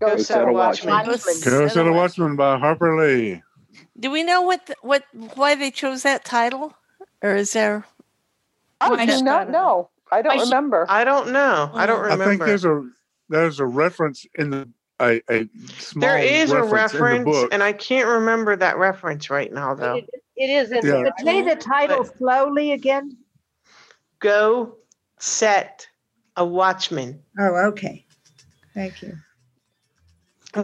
Speaker 10: go
Speaker 2: Ghost
Speaker 10: set
Speaker 2: of
Speaker 10: a
Speaker 2: a
Speaker 10: watchman.
Speaker 1: Go s-
Speaker 6: Ghost
Speaker 1: set
Speaker 6: of
Speaker 1: a
Speaker 6: the
Speaker 1: watch-
Speaker 6: Watchman by Harper Lee.
Speaker 1: Do we know what th- what why they chose that title, or is there?
Speaker 2: I
Speaker 7: Why
Speaker 2: do
Speaker 7: she-
Speaker 2: not know. I
Speaker 7: why
Speaker 2: don't
Speaker 7: she-
Speaker 2: remember.
Speaker 10: I don't know. Oh, I don't
Speaker 1: Mm.
Speaker 6: I
Speaker 10: remember.
Speaker 6: think there's a there's a reference in the a, a small
Speaker 10: there is a
Speaker 6: reference, in the
Speaker 10: reference,
Speaker 6: book.
Speaker 10: and I can't remember that reference right now, though.
Speaker 5: It, it is in
Speaker 6: Yeah.
Speaker 5: the
Speaker 9: Say the title
Speaker 10: But-
Speaker 9: slowly again.
Speaker 10: Go set a watchman.
Speaker 9: Oh, okay. Thank you.